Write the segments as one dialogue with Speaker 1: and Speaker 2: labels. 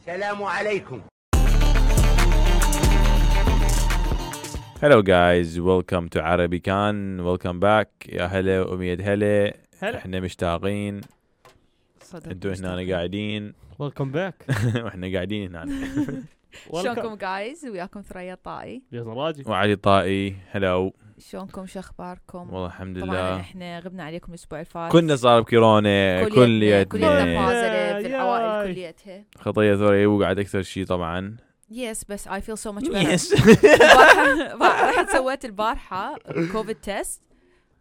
Speaker 1: السلام عليكم
Speaker 2: هلو جايز ويلكم تو عربي كان ويلكم باك يا هلا وميد هلا
Speaker 3: هلا.
Speaker 2: احنا مشتاقين
Speaker 4: صدق
Speaker 2: انتوا هنا
Speaker 4: مستحيل.
Speaker 2: قاعدين
Speaker 3: ويلكم باك
Speaker 2: واحنا قاعدين هنا
Speaker 4: شلونكم جايز وياكم ثريا طائي
Speaker 3: يا راجي
Speaker 2: وعلي طائي هلو
Speaker 4: شلونكم شو اخباركم
Speaker 2: والله الحمد
Speaker 4: طبعا
Speaker 2: لله
Speaker 4: احنا غبنا عليكم الاسبوع الفات
Speaker 2: كنا صار بكورونا
Speaker 4: كليتنا- كليتنا
Speaker 2: كليتنا
Speaker 4: فازلة في
Speaker 3: ياي.
Speaker 4: العوائل كليتها
Speaker 2: خطيه ثريا وقعد اكثر شيء طبعا
Speaker 4: يس بس اي فيل سو ماتش
Speaker 2: يس
Speaker 4: رحت سويت البارحه كوفيد تيست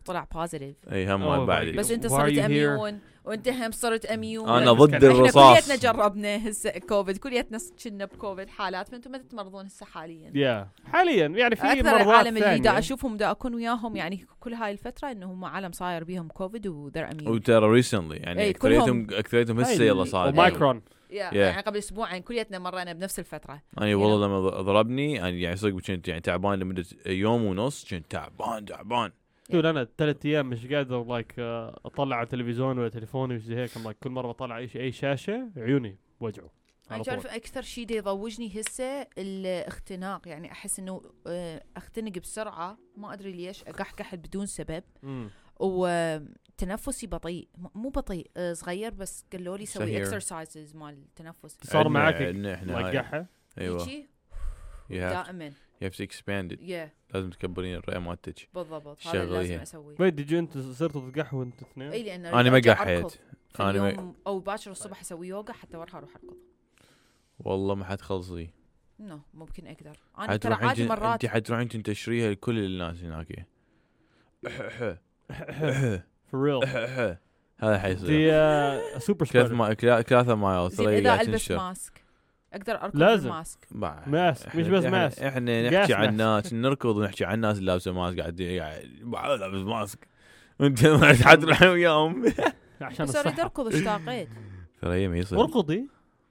Speaker 4: طلع بوزيتيف
Speaker 2: اي هم
Speaker 3: Oh my
Speaker 2: ما بعد
Speaker 3: God.
Speaker 4: بس انت
Speaker 3: Why are
Speaker 4: صرت
Speaker 3: you here?
Speaker 4: اميون وانت هم صرت اميون
Speaker 2: انا
Speaker 3: بس
Speaker 2: ضد
Speaker 3: كان- إحنا
Speaker 4: احنا
Speaker 2: الرصاص
Speaker 4: كليتنا جربنا هسه كوفيد كليتنا كنا بكوفيد حالات فانتم ما تتمرضون هسه حاليا
Speaker 3: يا حاليا يعني في
Speaker 4: اكثر
Speaker 3: مرات
Speaker 4: العالم اللي
Speaker 3: ثانية.
Speaker 4: دا اشوفهم دا اكون وياهم يعني كل هاي الفتره انه هم عالم صاير بيهم كوفيد وذير اميون
Speaker 2: وترى ريسنتلي يعني
Speaker 4: إي،
Speaker 2: اكثريتهم
Speaker 4: إيه، كلهم.
Speaker 2: اكثريتهم هسه
Speaker 3: هاي
Speaker 2: يلا
Speaker 3: اللي-
Speaker 2: صار يعني.
Speaker 3: ومايكرون
Speaker 4: yeah.
Speaker 2: Yeah.
Speaker 4: يعني قبل اسبوعين كليتنا مرينا بنفس الفتره
Speaker 2: انا يعني والله لما ض- ضربني انا يعني صدق كنت يعني تعبان لمده يوم ونص كنت تعبان تعبان
Speaker 3: دود انا ثلاث ايام مش قادر لايك اطلع على التلفزيون ولا تليفوني وش زي هيك I'm like كل مره بطلع اي شيء اي شاشه عيوني وجعوا
Speaker 4: انا
Speaker 3: على
Speaker 4: يعني تعرف
Speaker 3: طول
Speaker 4: اكثر شيء دا يضوجني هسه الاختناق يعني احس انه آه، اختنق بسرعه ما ادري ليش اقحقح بدون سبب
Speaker 3: مم.
Speaker 4: وتنفسي بطيء م- مو بطيء آه، صغير بس قالوا لي سوي
Speaker 2: سهير.
Speaker 4: اكسرسايزز مال التنفس
Speaker 3: صار
Speaker 2: عندنا-
Speaker 3: معك
Speaker 2: عندنا احنا هاي.
Speaker 3: لقحه
Speaker 2: ايوه
Speaker 4: هيجي
Speaker 2: you have,
Speaker 4: دائما
Speaker 2: you have to expand it
Speaker 4: يا
Speaker 2: لازم تكبرين الرئه مالتك
Speaker 4: بالضبط هذا اللي
Speaker 2: شغليها.
Speaker 4: لازم اسويه
Speaker 3: ويت ديجي انت صرتوا تقحوا انتوا
Speaker 4: اي
Speaker 3: اثنين
Speaker 4: لان
Speaker 2: انا ما
Speaker 4: أرجع
Speaker 2: قحيت
Speaker 4: أركض في
Speaker 2: أنا ما-
Speaker 4: اليوم او باكر الصبح اسوي يوغا حتى وراها اروح اركض
Speaker 2: والله ما حتخلصي
Speaker 4: نو ممكن اقدر انا ترى
Speaker 2: حتروحين
Speaker 4: عادي
Speaker 2: تن-
Speaker 4: مرات
Speaker 2: انت حتروحين تنتشريها لكل الناس هناك
Speaker 3: فور ريل
Speaker 2: هذا حيصير
Speaker 3: سوبر
Speaker 2: ثلاث
Speaker 3: سبريدر
Speaker 2: ما كلا- ثلاثة مايل
Speaker 4: زين
Speaker 2: ثري
Speaker 4: اذا
Speaker 2: قاعد
Speaker 4: البس
Speaker 2: تنشر
Speaker 4: ماسك اقدر اركض
Speaker 3: لازم.
Speaker 4: لازم ماسك
Speaker 2: ما-
Speaker 3: ماسك،
Speaker 2: إحنا-
Speaker 3: مش بس
Speaker 2: إحنا-
Speaker 3: ماسك.
Speaker 2: احنا
Speaker 3: قاس
Speaker 2: نحكي عن
Speaker 3: ماسك.
Speaker 2: ناس نركض ونحكي عن ناس اللي لابسه ماسك قاعد قاعد بعد لابس ماسك انت ما حتروح وياهم
Speaker 3: عشان
Speaker 4: بس اريد
Speaker 3: الصحه
Speaker 4: اركض اشتاقيت
Speaker 2: ترى هي ما يصير
Speaker 3: ارقدي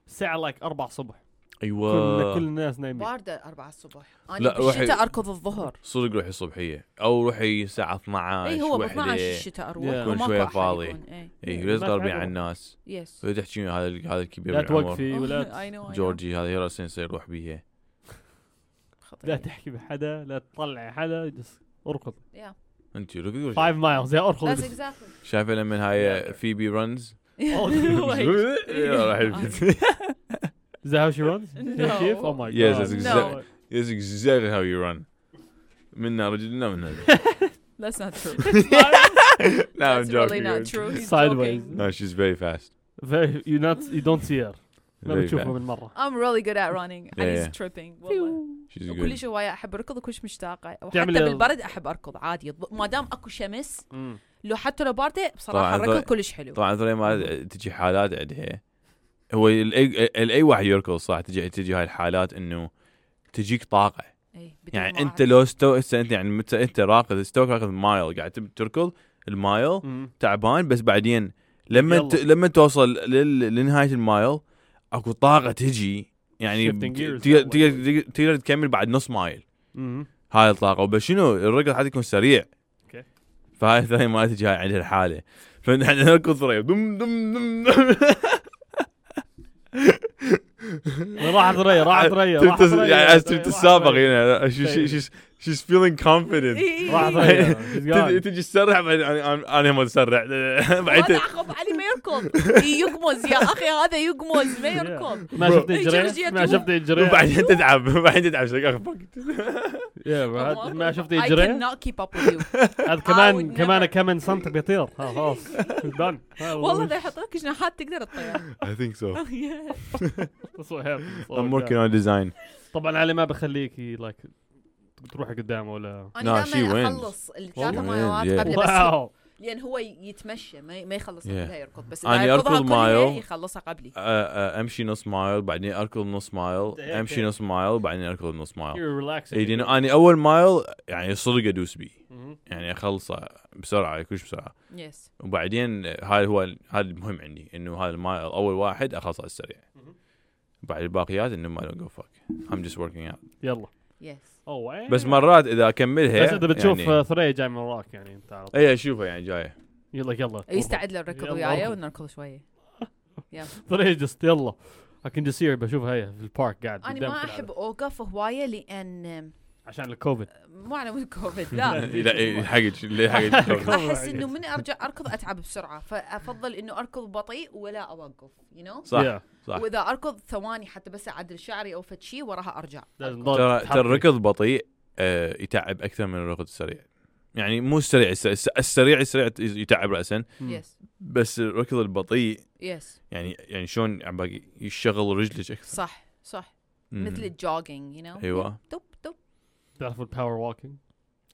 Speaker 3: الساعه لايك 4 الصبح كل كل
Speaker 2: ايوه
Speaker 3: الناس نايمين
Speaker 4: بارده 4 الصبح انا
Speaker 2: لا، روحي-
Speaker 4: بالشتاء اركض الظهر
Speaker 2: صدق روحي الصبحيه او روحي الساعه 12
Speaker 4: اي هو ب
Speaker 2: وحدة. إيه،
Speaker 4: 12 الشتاء اروح
Speaker 3: يا.
Speaker 4: وماكو
Speaker 2: يكون شوية
Speaker 4: أحد
Speaker 2: فاضي.
Speaker 4: يكون، إي.
Speaker 2: اي
Speaker 3: الناس
Speaker 2: ولا تقربين
Speaker 3: عدوة.
Speaker 2: على الناس
Speaker 4: يس
Speaker 2: ولا تحكي ويا هذا ال- هذا الكبير
Speaker 3: لا
Speaker 2: بالعمر.
Speaker 3: توقفي ولا
Speaker 4: I know, I know.
Speaker 2: جورجي هذا هي راسين يصير يروح بيها
Speaker 3: لا
Speaker 4: خطير.
Speaker 3: تحكي بحدا لا تطلعي حدا just اركض
Speaker 4: Yeah.
Speaker 2: انت ركض
Speaker 3: 5 مايلز يا اركض
Speaker 4: That's
Speaker 3: just-
Speaker 4: exactly.
Speaker 2: شايفه لما هاي فيبي رنز
Speaker 3: Oh. Is that how she runs?
Speaker 4: No.
Speaker 3: She Oh my
Speaker 2: Yes,
Speaker 3: god.
Speaker 2: that's
Speaker 4: exact-
Speaker 2: That's exactly how you run منا رجلنا منا
Speaker 4: That's not true.
Speaker 2: لا I'm
Speaker 4: That's really
Speaker 2: joking
Speaker 4: not true. He's
Speaker 3: Sideways.
Speaker 4: joking.
Speaker 2: No, she's very fast
Speaker 3: Very, you not you don't see her. ما
Speaker 2: Very
Speaker 3: بتشوفها
Speaker 2: fast.
Speaker 3: من مرة.
Speaker 4: I'm really good at running.
Speaker 2: Yeah,
Speaker 4: Yeah,
Speaker 2: yeah.
Speaker 4: yeah. tripping. والله.
Speaker 2: She's good
Speaker 4: وكلش هواية احب اركض وكلش مشتاقه وحتى
Speaker 3: تعمل-
Speaker 4: بالبرد احب اركض عادي الض- ما دام اكو شمس
Speaker 3: Mm,
Speaker 4: لو حتى لو بارده
Speaker 2: طبعاً
Speaker 4: بصراحه
Speaker 2: طبعاً.
Speaker 4: الركض كلش حلو
Speaker 2: طبعا ثري ما تجي حالات عندها هو الأي- الاي واحد يركض صح تجي تجي هاي الحالات انه تجيك طاقه
Speaker 4: إي، إيه، بدون
Speaker 2: يعني
Speaker 4: ما
Speaker 2: انت
Speaker 4: أعرف.
Speaker 2: لو استو هسه انت يعني مت... انت راقد استوك راقد مايل قاعد تب- تركض المايل
Speaker 3: mm,
Speaker 2: تعبان بس بعدين لما ت...
Speaker 3: يلا.
Speaker 2: لما توصل لل... لنهايه المايل اكو طاقه تجي يعني
Speaker 3: Shifting
Speaker 2: ت-
Speaker 3: gears
Speaker 2: تقدر
Speaker 3: that way.
Speaker 2: تقدر تقدر تكمل بعد نص مايل
Speaker 3: mm.
Speaker 2: هاي الطاقه وبس شنو الركض حتى يكون سريع
Speaker 3: اوكي.
Speaker 2: فهاي الثانية ما تجي هاي عندها الحاله فنحن نركض سريع دم دم دم, دم.
Speaker 3: راحت ريا راحت ريا راحت
Speaker 2: تبت-
Speaker 3: ريا،
Speaker 2: يعني
Speaker 3: راحت
Speaker 2: تبت-
Speaker 3: ريا،
Speaker 2: تتسابق
Speaker 3: راحت
Speaker 2: هنا she-
Speaker 3: طيب.
Speaker 2: she- she's she's feeling confident
Speaker 4: إي،
Speaker 3: راحت
Speaker 4: إي،
Speaker 3: ريا.
Speaker 4: إي.
Speaker 2: تد-
Speaker 3: She's gone.
Speaker 2: تجي تسرع بعدين انا انا أنا ما اسرع بعدين
Speaker 4: هذا
Speaker 2: تد-
Speaker 4: عقب علي ما يركض إي، يقمز يا اخي هذا يقمز ما يركض
Speaker 3: ما شفت
Speaker 4: جورجيا
Speaker 3: يجري ما
Speaker 4: تقوم.
Speaker 3: شفت يجري
Speaker 2: وبعدين تتعب بعدين تتعب شكلك اخفق
Speaker 3: Yeah, بعد- ما شفت يجري
Speaker 4: I cannot keep up with you
Speaker 3: هذا
Speaker 4: I
Speaker 3: كمان
Speaker 4: would
Speaker 3: كمان
Speaker 4: never.
Speaker 3: كمان سنتر بيطير ها، خلاص دن
Speaker 4: والله لا يحط لك جناحات تقدر تطير
Speaker 2: I think so I'm working
Speaker 3: يحط
Speaker 2: on design
Speaker 3: طبعا علي ما بخليك لايك تروحي قدامه ولا
Speaker 4: انا
Speaker 2: No, she
Speaker 4: دائما
Speaker 2: wins.
Speaker 4: اخلص
Speaker 2: She
Speaker 4: الثلاثة
Speaker 2: wins,
Speaker 4: مايلات
Speaker 2: yeah.
Speaker 4: قبل بس
Speaker 3: واو
Speaker 4: لان هو يتمشى ما ما يخلص
Speaker 2: Yeah.
Speaker 4: قبلها يركض بس
Speaker 2: أنا
Speaker 4: اذا يركضها
Speaker 2: أركض
Speaker 4: كلها
Speaker 2: مايل.
Speaker 4: يخلصها قبلي
Speaker 2: أ- أ- امشي نص مايل بعدين اركض نص مايل
Speaker 3: إيه،
Speaker 2: امشي
Speaker 3: إيه.
Speaker 2: نص مايل بعدين اركض نص مايل
Speaker 3: you're relaxing Mm-hmm.
Speaker 2: إي، إيه، لأنه انا اول مايل يعني صدق ادوس بيه
Speaker 3: مهم.
Speaker 2: يعني اخلصه بسرعه كلش بسرعه
Speaker 4: يس
Speaker 2: وبعدين هاي هو هذا المهم عندي انه هذا المايل اول واحد اخلصه على السريع بعد الباقيات انه ما جو فاك I'm just working out
Speaker 3: يلا Oh,
Speaker 4: يس
Speaker 3: اوه
Speaker 2: بس مرات اذا اكملها
Speaker 3: بس اذا بتشوف
Speaker 2: يعني
Speaker 3: يعني... ثري جاي من وراك يعني انت على طول.
Speaker 2: اي اشوفها يعني جايه
Speaker 3: يلا يلا
Speaker 4: إيه. يستعد للركض
Speaker 3: يلا
Speaker 4: وياي
Speaker 3: اركض.
Speaker 4: ونركض شويه يلا
Speaker 3: ثري جست يلا I can just see her بشوفها هي في البارك قاعد
Speaker 4: انا
Speaker 3: قدام
Speaker 4: ما
Speaker 3: في العالم.
Speaker 4: احب اوقف هوايه لان
Speaker 3: عشان الكوفيد
Speaker 4: مو على مود كوفيد لا
Speaker 2: لا حقك اللي حقك
Speaker 4: احس انه من ارجع اركض اتعب بسرعه فافضل انه اركض بطيء ولا اوقف يو نو
Speaker 2: صح
Speaker 3: Yeah.
Speaker 2: صح
Speaker 4: واذا اركض ثواني حتى بس اعدل شعري او فد شيء وراها ارجع
Speaker 3: لازم
Speaker 2: ترى ترى الركض بطيء آه، يتعب اكثر من الركض السريع يعني مو السريع الس- الس- السريع السريع يتعب راسا
Speaker 4: يس
Speaker 2: بس الركض البطيء
Speaker 4: يس
Speaker 2: يعني يعني شلون عم باقي يشغل رجلك اكثر
Speaker 4: صح صح
Speaker 2: مم.
Speaker 4: مثل الجوجينج يو نو
Speaker 2: ايوه
Speaker 3: أيوة.
Speaker 4: دب دب
Speaker 3: Mm. تعرف الباور ووكينج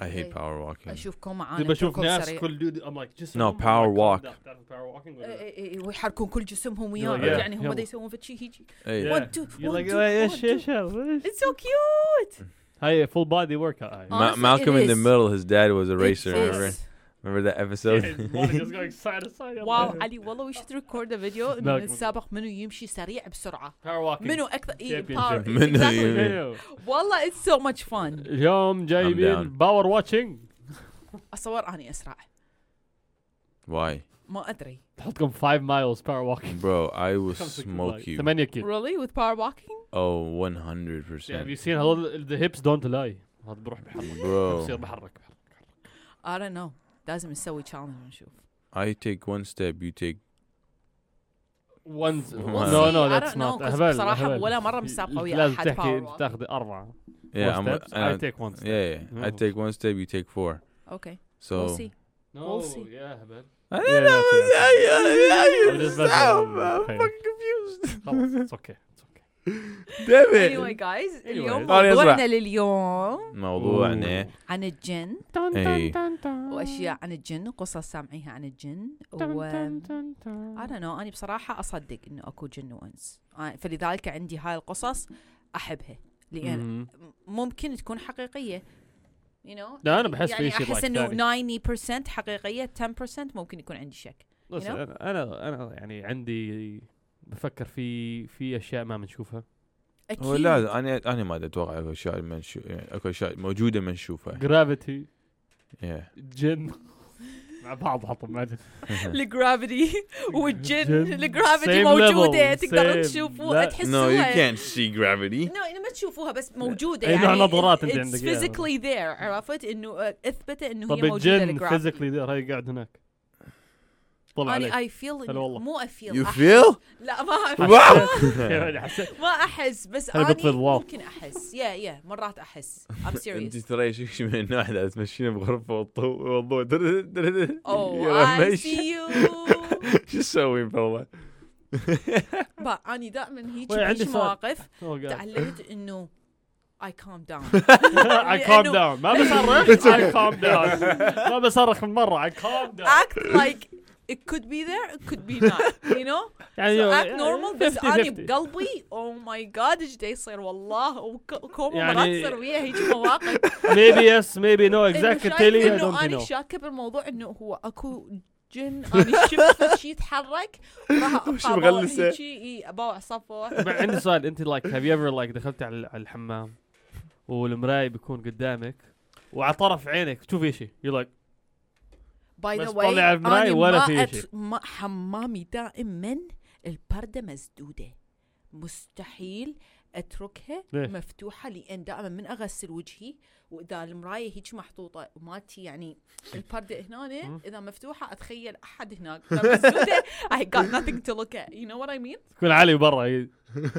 Speaker 2: I hate
Speaker 4: إيه.
Speaker 2: power walking
Speaker 4: اشوفكم معانا
Speaker 3: دي بشوف أيوة. ناس
Speaker 4: سريع.
Speaker 3: كل ديودي ام لايك جسم
Speaker 2: No, power walk.
Speaker 3: oh تعرف الباور ووكينج
Speaker 4: إيه إيه إيه، ويحركون كل جسمهم
Speaker 3: يلا،
Speaker 4: وياك
Speaker 2: يلا،
Speaker 4: يعني هم
Speaker 3: يلا.
Speaker 4: دا يسوون فد شيء هيجي
Speaker 2: اي
Speaker 3: Yeah.
Speaker 4: one two
Speaker 3: يقول
Speaker 4: one
Speaker 3: لك
Speaker 4: two
Speaker 3: ايش
Speaker 4: one
Speaker 3: ايش
Speaker 4: two
Speaker 3: هذا؟
Speaker 4: it's so cute
Speaker 3: هاي فول بادي ورك اوت
Speaker 4: Oh, Honestly,
Speaker 2: Malcolm
Speaker 4: it
Speaker 2: in the
Speaker 4: is.
Speaker 2: middle his dad was a racer
Speaker 4: It
Speaker 2: remember
Speaker 4: is.
Speaker 2: remember that episode
Speaker 4: واو
Speaker 3: واو
Speaker 4: علي والله وي شود ريكورد فيديو انه
Speaker 3: Malcolm.
Speaker 4: نتسابق منو يمشي سريع بسرعه
Speaker 3: باور ووكينج
Speaker 4: منو اكثر إيه،
Speaker 3: Championship.
Speaker 4: power.
Speaker 2: منو
Speaker 4: Exactly.
Speaker 2: يمشي.
Speaker 4: والله اتس سو ماتش فان
Speaker 3: اليوم
Speaker 2: I'm
Speaker 3: جايبين
Speaker 2: down.
Speaker 3: باور واتشنج
Speaker 4: اصور اني اسرع
Speaker 2: why
Speaker 4: ما ادري
Speaker 3: تحطكم 5 مايلز باور ووكينج
Speaker 2: bro I will smoke you
Speaker 3: 8 كيلو
Speaker 4: really with power walking
Speaker 2: oh
Speaker 3: Have
Speaker 2: 100%
Speaker 3: يعني you seen هذول the hips don't lie هذا بروح بحرك بصير
Speaker 2: bro
Speaker 3: بحرك بحرك.
Speaker 4: I don't know لازم نسوي تشالنج ونشوف
Speaker 2: I take one step you take
Speaker 3: One
Speaker 2: We'll
Speaker 3: no
Speaker 4: see.
Speaker 3: no
Speaker 4: I
Speaker 3: that's
Speaker 4: don't know,
Speaker 3: not
Speaker 4: 'cause
Speaker 3: أهبل،
Speaker 4: بصراحة
Speaker 3: أهبل.
Speaker 4: ولا مرة مسابقة ويا
Speaker 3: لازم
Speaker 4: أحد
Speaker 3: تحكي
Speaker 4: power walk.
Speaker 3: تاخذ أربعة
Speaker 2: yeah
Speaker 3: Four
Speaker 2: I'm
Speaker 3: steps, I
Speaker 2: I
Speaker 3: take one step
Speaker 2: yeah yeah. I
Speaker 3: Mm.
Speaker 2: take one step you take four
Speaker 4: اوكي
Speaker 2: so
Speaker 4: we'll see
Speaker 3: No,
Speaker 4: We'll see.
Speaker 3: يا هبل
Speaker 2: I
Speaker 3: Yeah,
Speaker 2: don't know.
Speaker 3: that's it.
Speaker 2: I, I, I,
Speaker 3: I'm
Speaker 2: I'm
Speaker 3: just
Speaker 2: just I'm,
Speaker 3: messing with you. Okay. Oh.
Speaker 2: fucking confused.
Speaker 3: خلاص it's okay it's okay
Speaker 2: Damn
Speaker 4: anyway
Speaker 2: it.
Speaker 4: guys اليوم
Speaker 3: Anyway.
Speaker 2: أنا أسرع.
Speaker 4: موضوعنا لليوم
Speaker 2: موضوعنا
Speaker 4: عن الجن
Speaker 2: أي.
Speaker 4: واشياء عن الجن وقصص سامعيها عن الجن و I don't know أنا بصراحة أصدق إنه أكو جن وإنس آه، فلذلك عندي هاي القصص أحبها لأن
Speaker 3: مهم.
Speaker 4: ممكن تكون حقيقية you know
Speaker 3: لا، أنا بحس في
Speaker 4: يعني
Speaker 3: شي
Speaker 4: أحس
Speaker 3: like
Speaker 4: إنه 90% حقيقية 10% ممكن يكون عندي شك
Speaker 3: Listen, أنا- انا انا يعني عندي بفكر في في اشياء ما بنشوفها
Speaker 4: أكيد
Speaker 2: هو لازم انا انا ما أدري، اتوقع اكو اشياء ما نشوف يعني اكو اشياء موجوده ما نشوفها
Speaker 3: جرافيتي
Speaker 2: Yeah.
Speaker 3: جن مع بعض حطهم مع بعض.
Speaker 4: الجرافيتي والجن
Speaker 3: الجن.
Speaker 4: الجرافيتي
Speaker 3: Same
Speaker 4: موجوده
Speaker 3: level.
Speaker 4: تقدرون
Speaker 3: Same.
Speaker 4: تشوفوها
Speaker 3: لا.
Speaker 2: no you
Speaker 4: تحسوها
Speaker 2: can't see gravity
Speaker 4: no إنه ما تشوفوها بس موجوده
Speaker 3: أي
Speaker 4: يعني
Speaker 3: نوع نظارات أنت
Speaker 4: it's
Speaker 3: عندك إياها.
Speaker 4: physically there عرفت انه آه، اثبتت انه هي
Speaker 3: طب
Speaker 4: موجوده
Speaker 3: الجن
Speaker 4: الجرافيتي
Speaker 3: فيزيكلي هاي قاعد هناك طلع عليك
Speaker 4: انا اي فيل
Speaker 3: هلا والله.
Speaker 4: مو افيل
Speaker 2: you
Speaker 4: أحس.
Speaker 2: feel
Speaker 4: لا ما أحس.
Speaker 2: wow
Speaker 3: يعني حسيت-
Speaker 4: ما احس بس
Speaker 3: هلا
Speaker 4: انا
Speaker 3: بتطير واو.
Speaker 4: ممكن احس يا يا مرات احس I'm
Speaker 2: انت
Speaker 4: serious
Speaker 2: ترى شيك من النوع اللي تمشينا بغرفه والضوء والضوء
Speaker 4: Oh
Speaker 2: يا
Speaker 4: I
Speaker 2: رميش.
Speaker 4: see you
Speaker 2: شو تسوي بالله
Speaker 4: but أنا دائما هيك
Speaker 3: وي، عندي
Speaker 4: بهيج
Speaker 3: سؤال.
Speaker 4: مواقف
Speaker 3: Oh God.
Speaker 4: تعلمت إنه I calm down
Speaker 3: I calm
Speaker 4: لأنه-
Speaker 3: down ما بصرخ I calm down ما بصرخ من مرة I calm down
Speaker 4: act like it could be there it could be not you know
Speaker 3: يعني
Speaker 4: so act normal بس
Speaker 3: 50-50.
Speaker 4: انا بقلبي oh my god ايش دا يصير والله وكوما
Speaker 3: يعني-
Speaker 4: مرات تصير ويا هيك مواقف
Speaker 3: maybe yes maybe no
Speaker 4: إنه
Speaker 3: exactly
Speaker 4: شايف
Speaker 3: تيلي I
Speaker 4: انه
Speaker 3: don't
Speaker 4: انا
Speaker 3: know
Speaker 4: شاكه بالموضوع انه هو اكو جن انا شفت شيء يتحرك راح
Speaker 2: وش
Speaker 4: أبقى
Speaker 2: مغلسة؟
Speaker 4: أبوع هيجي، إي، ابوع صفوه
Speaker 3: طبعا عندي سؤال انت لايك هاف يو ايفر لايك دخلت على على الحمام والمرايه بيكون قدامك وعلى طرف عينك تشوفي شيء يو لايك
Speaker 4: باي
Speaker 3: بس
Speaker 4: ذا
Speaker 3: طلع على المراية ولا في شيء.
Speaker 4: ما حمامي دائما البرده مسدوده مستحيل اتركها
Speaker 3: ليه؟
Speaker 4: مفتوحه لان دائما من اغسل وجهي واذا المرايه هيك محطوطه مالتي يعني البرده هنا
Speaker 3: مم.
Speaker 4: اذا مفتوحه اتخيل احد هناك إذا مسدوده I got nothing to look at you know what I mean
Speaker 3: تكون علي برا
Speaker 2: what if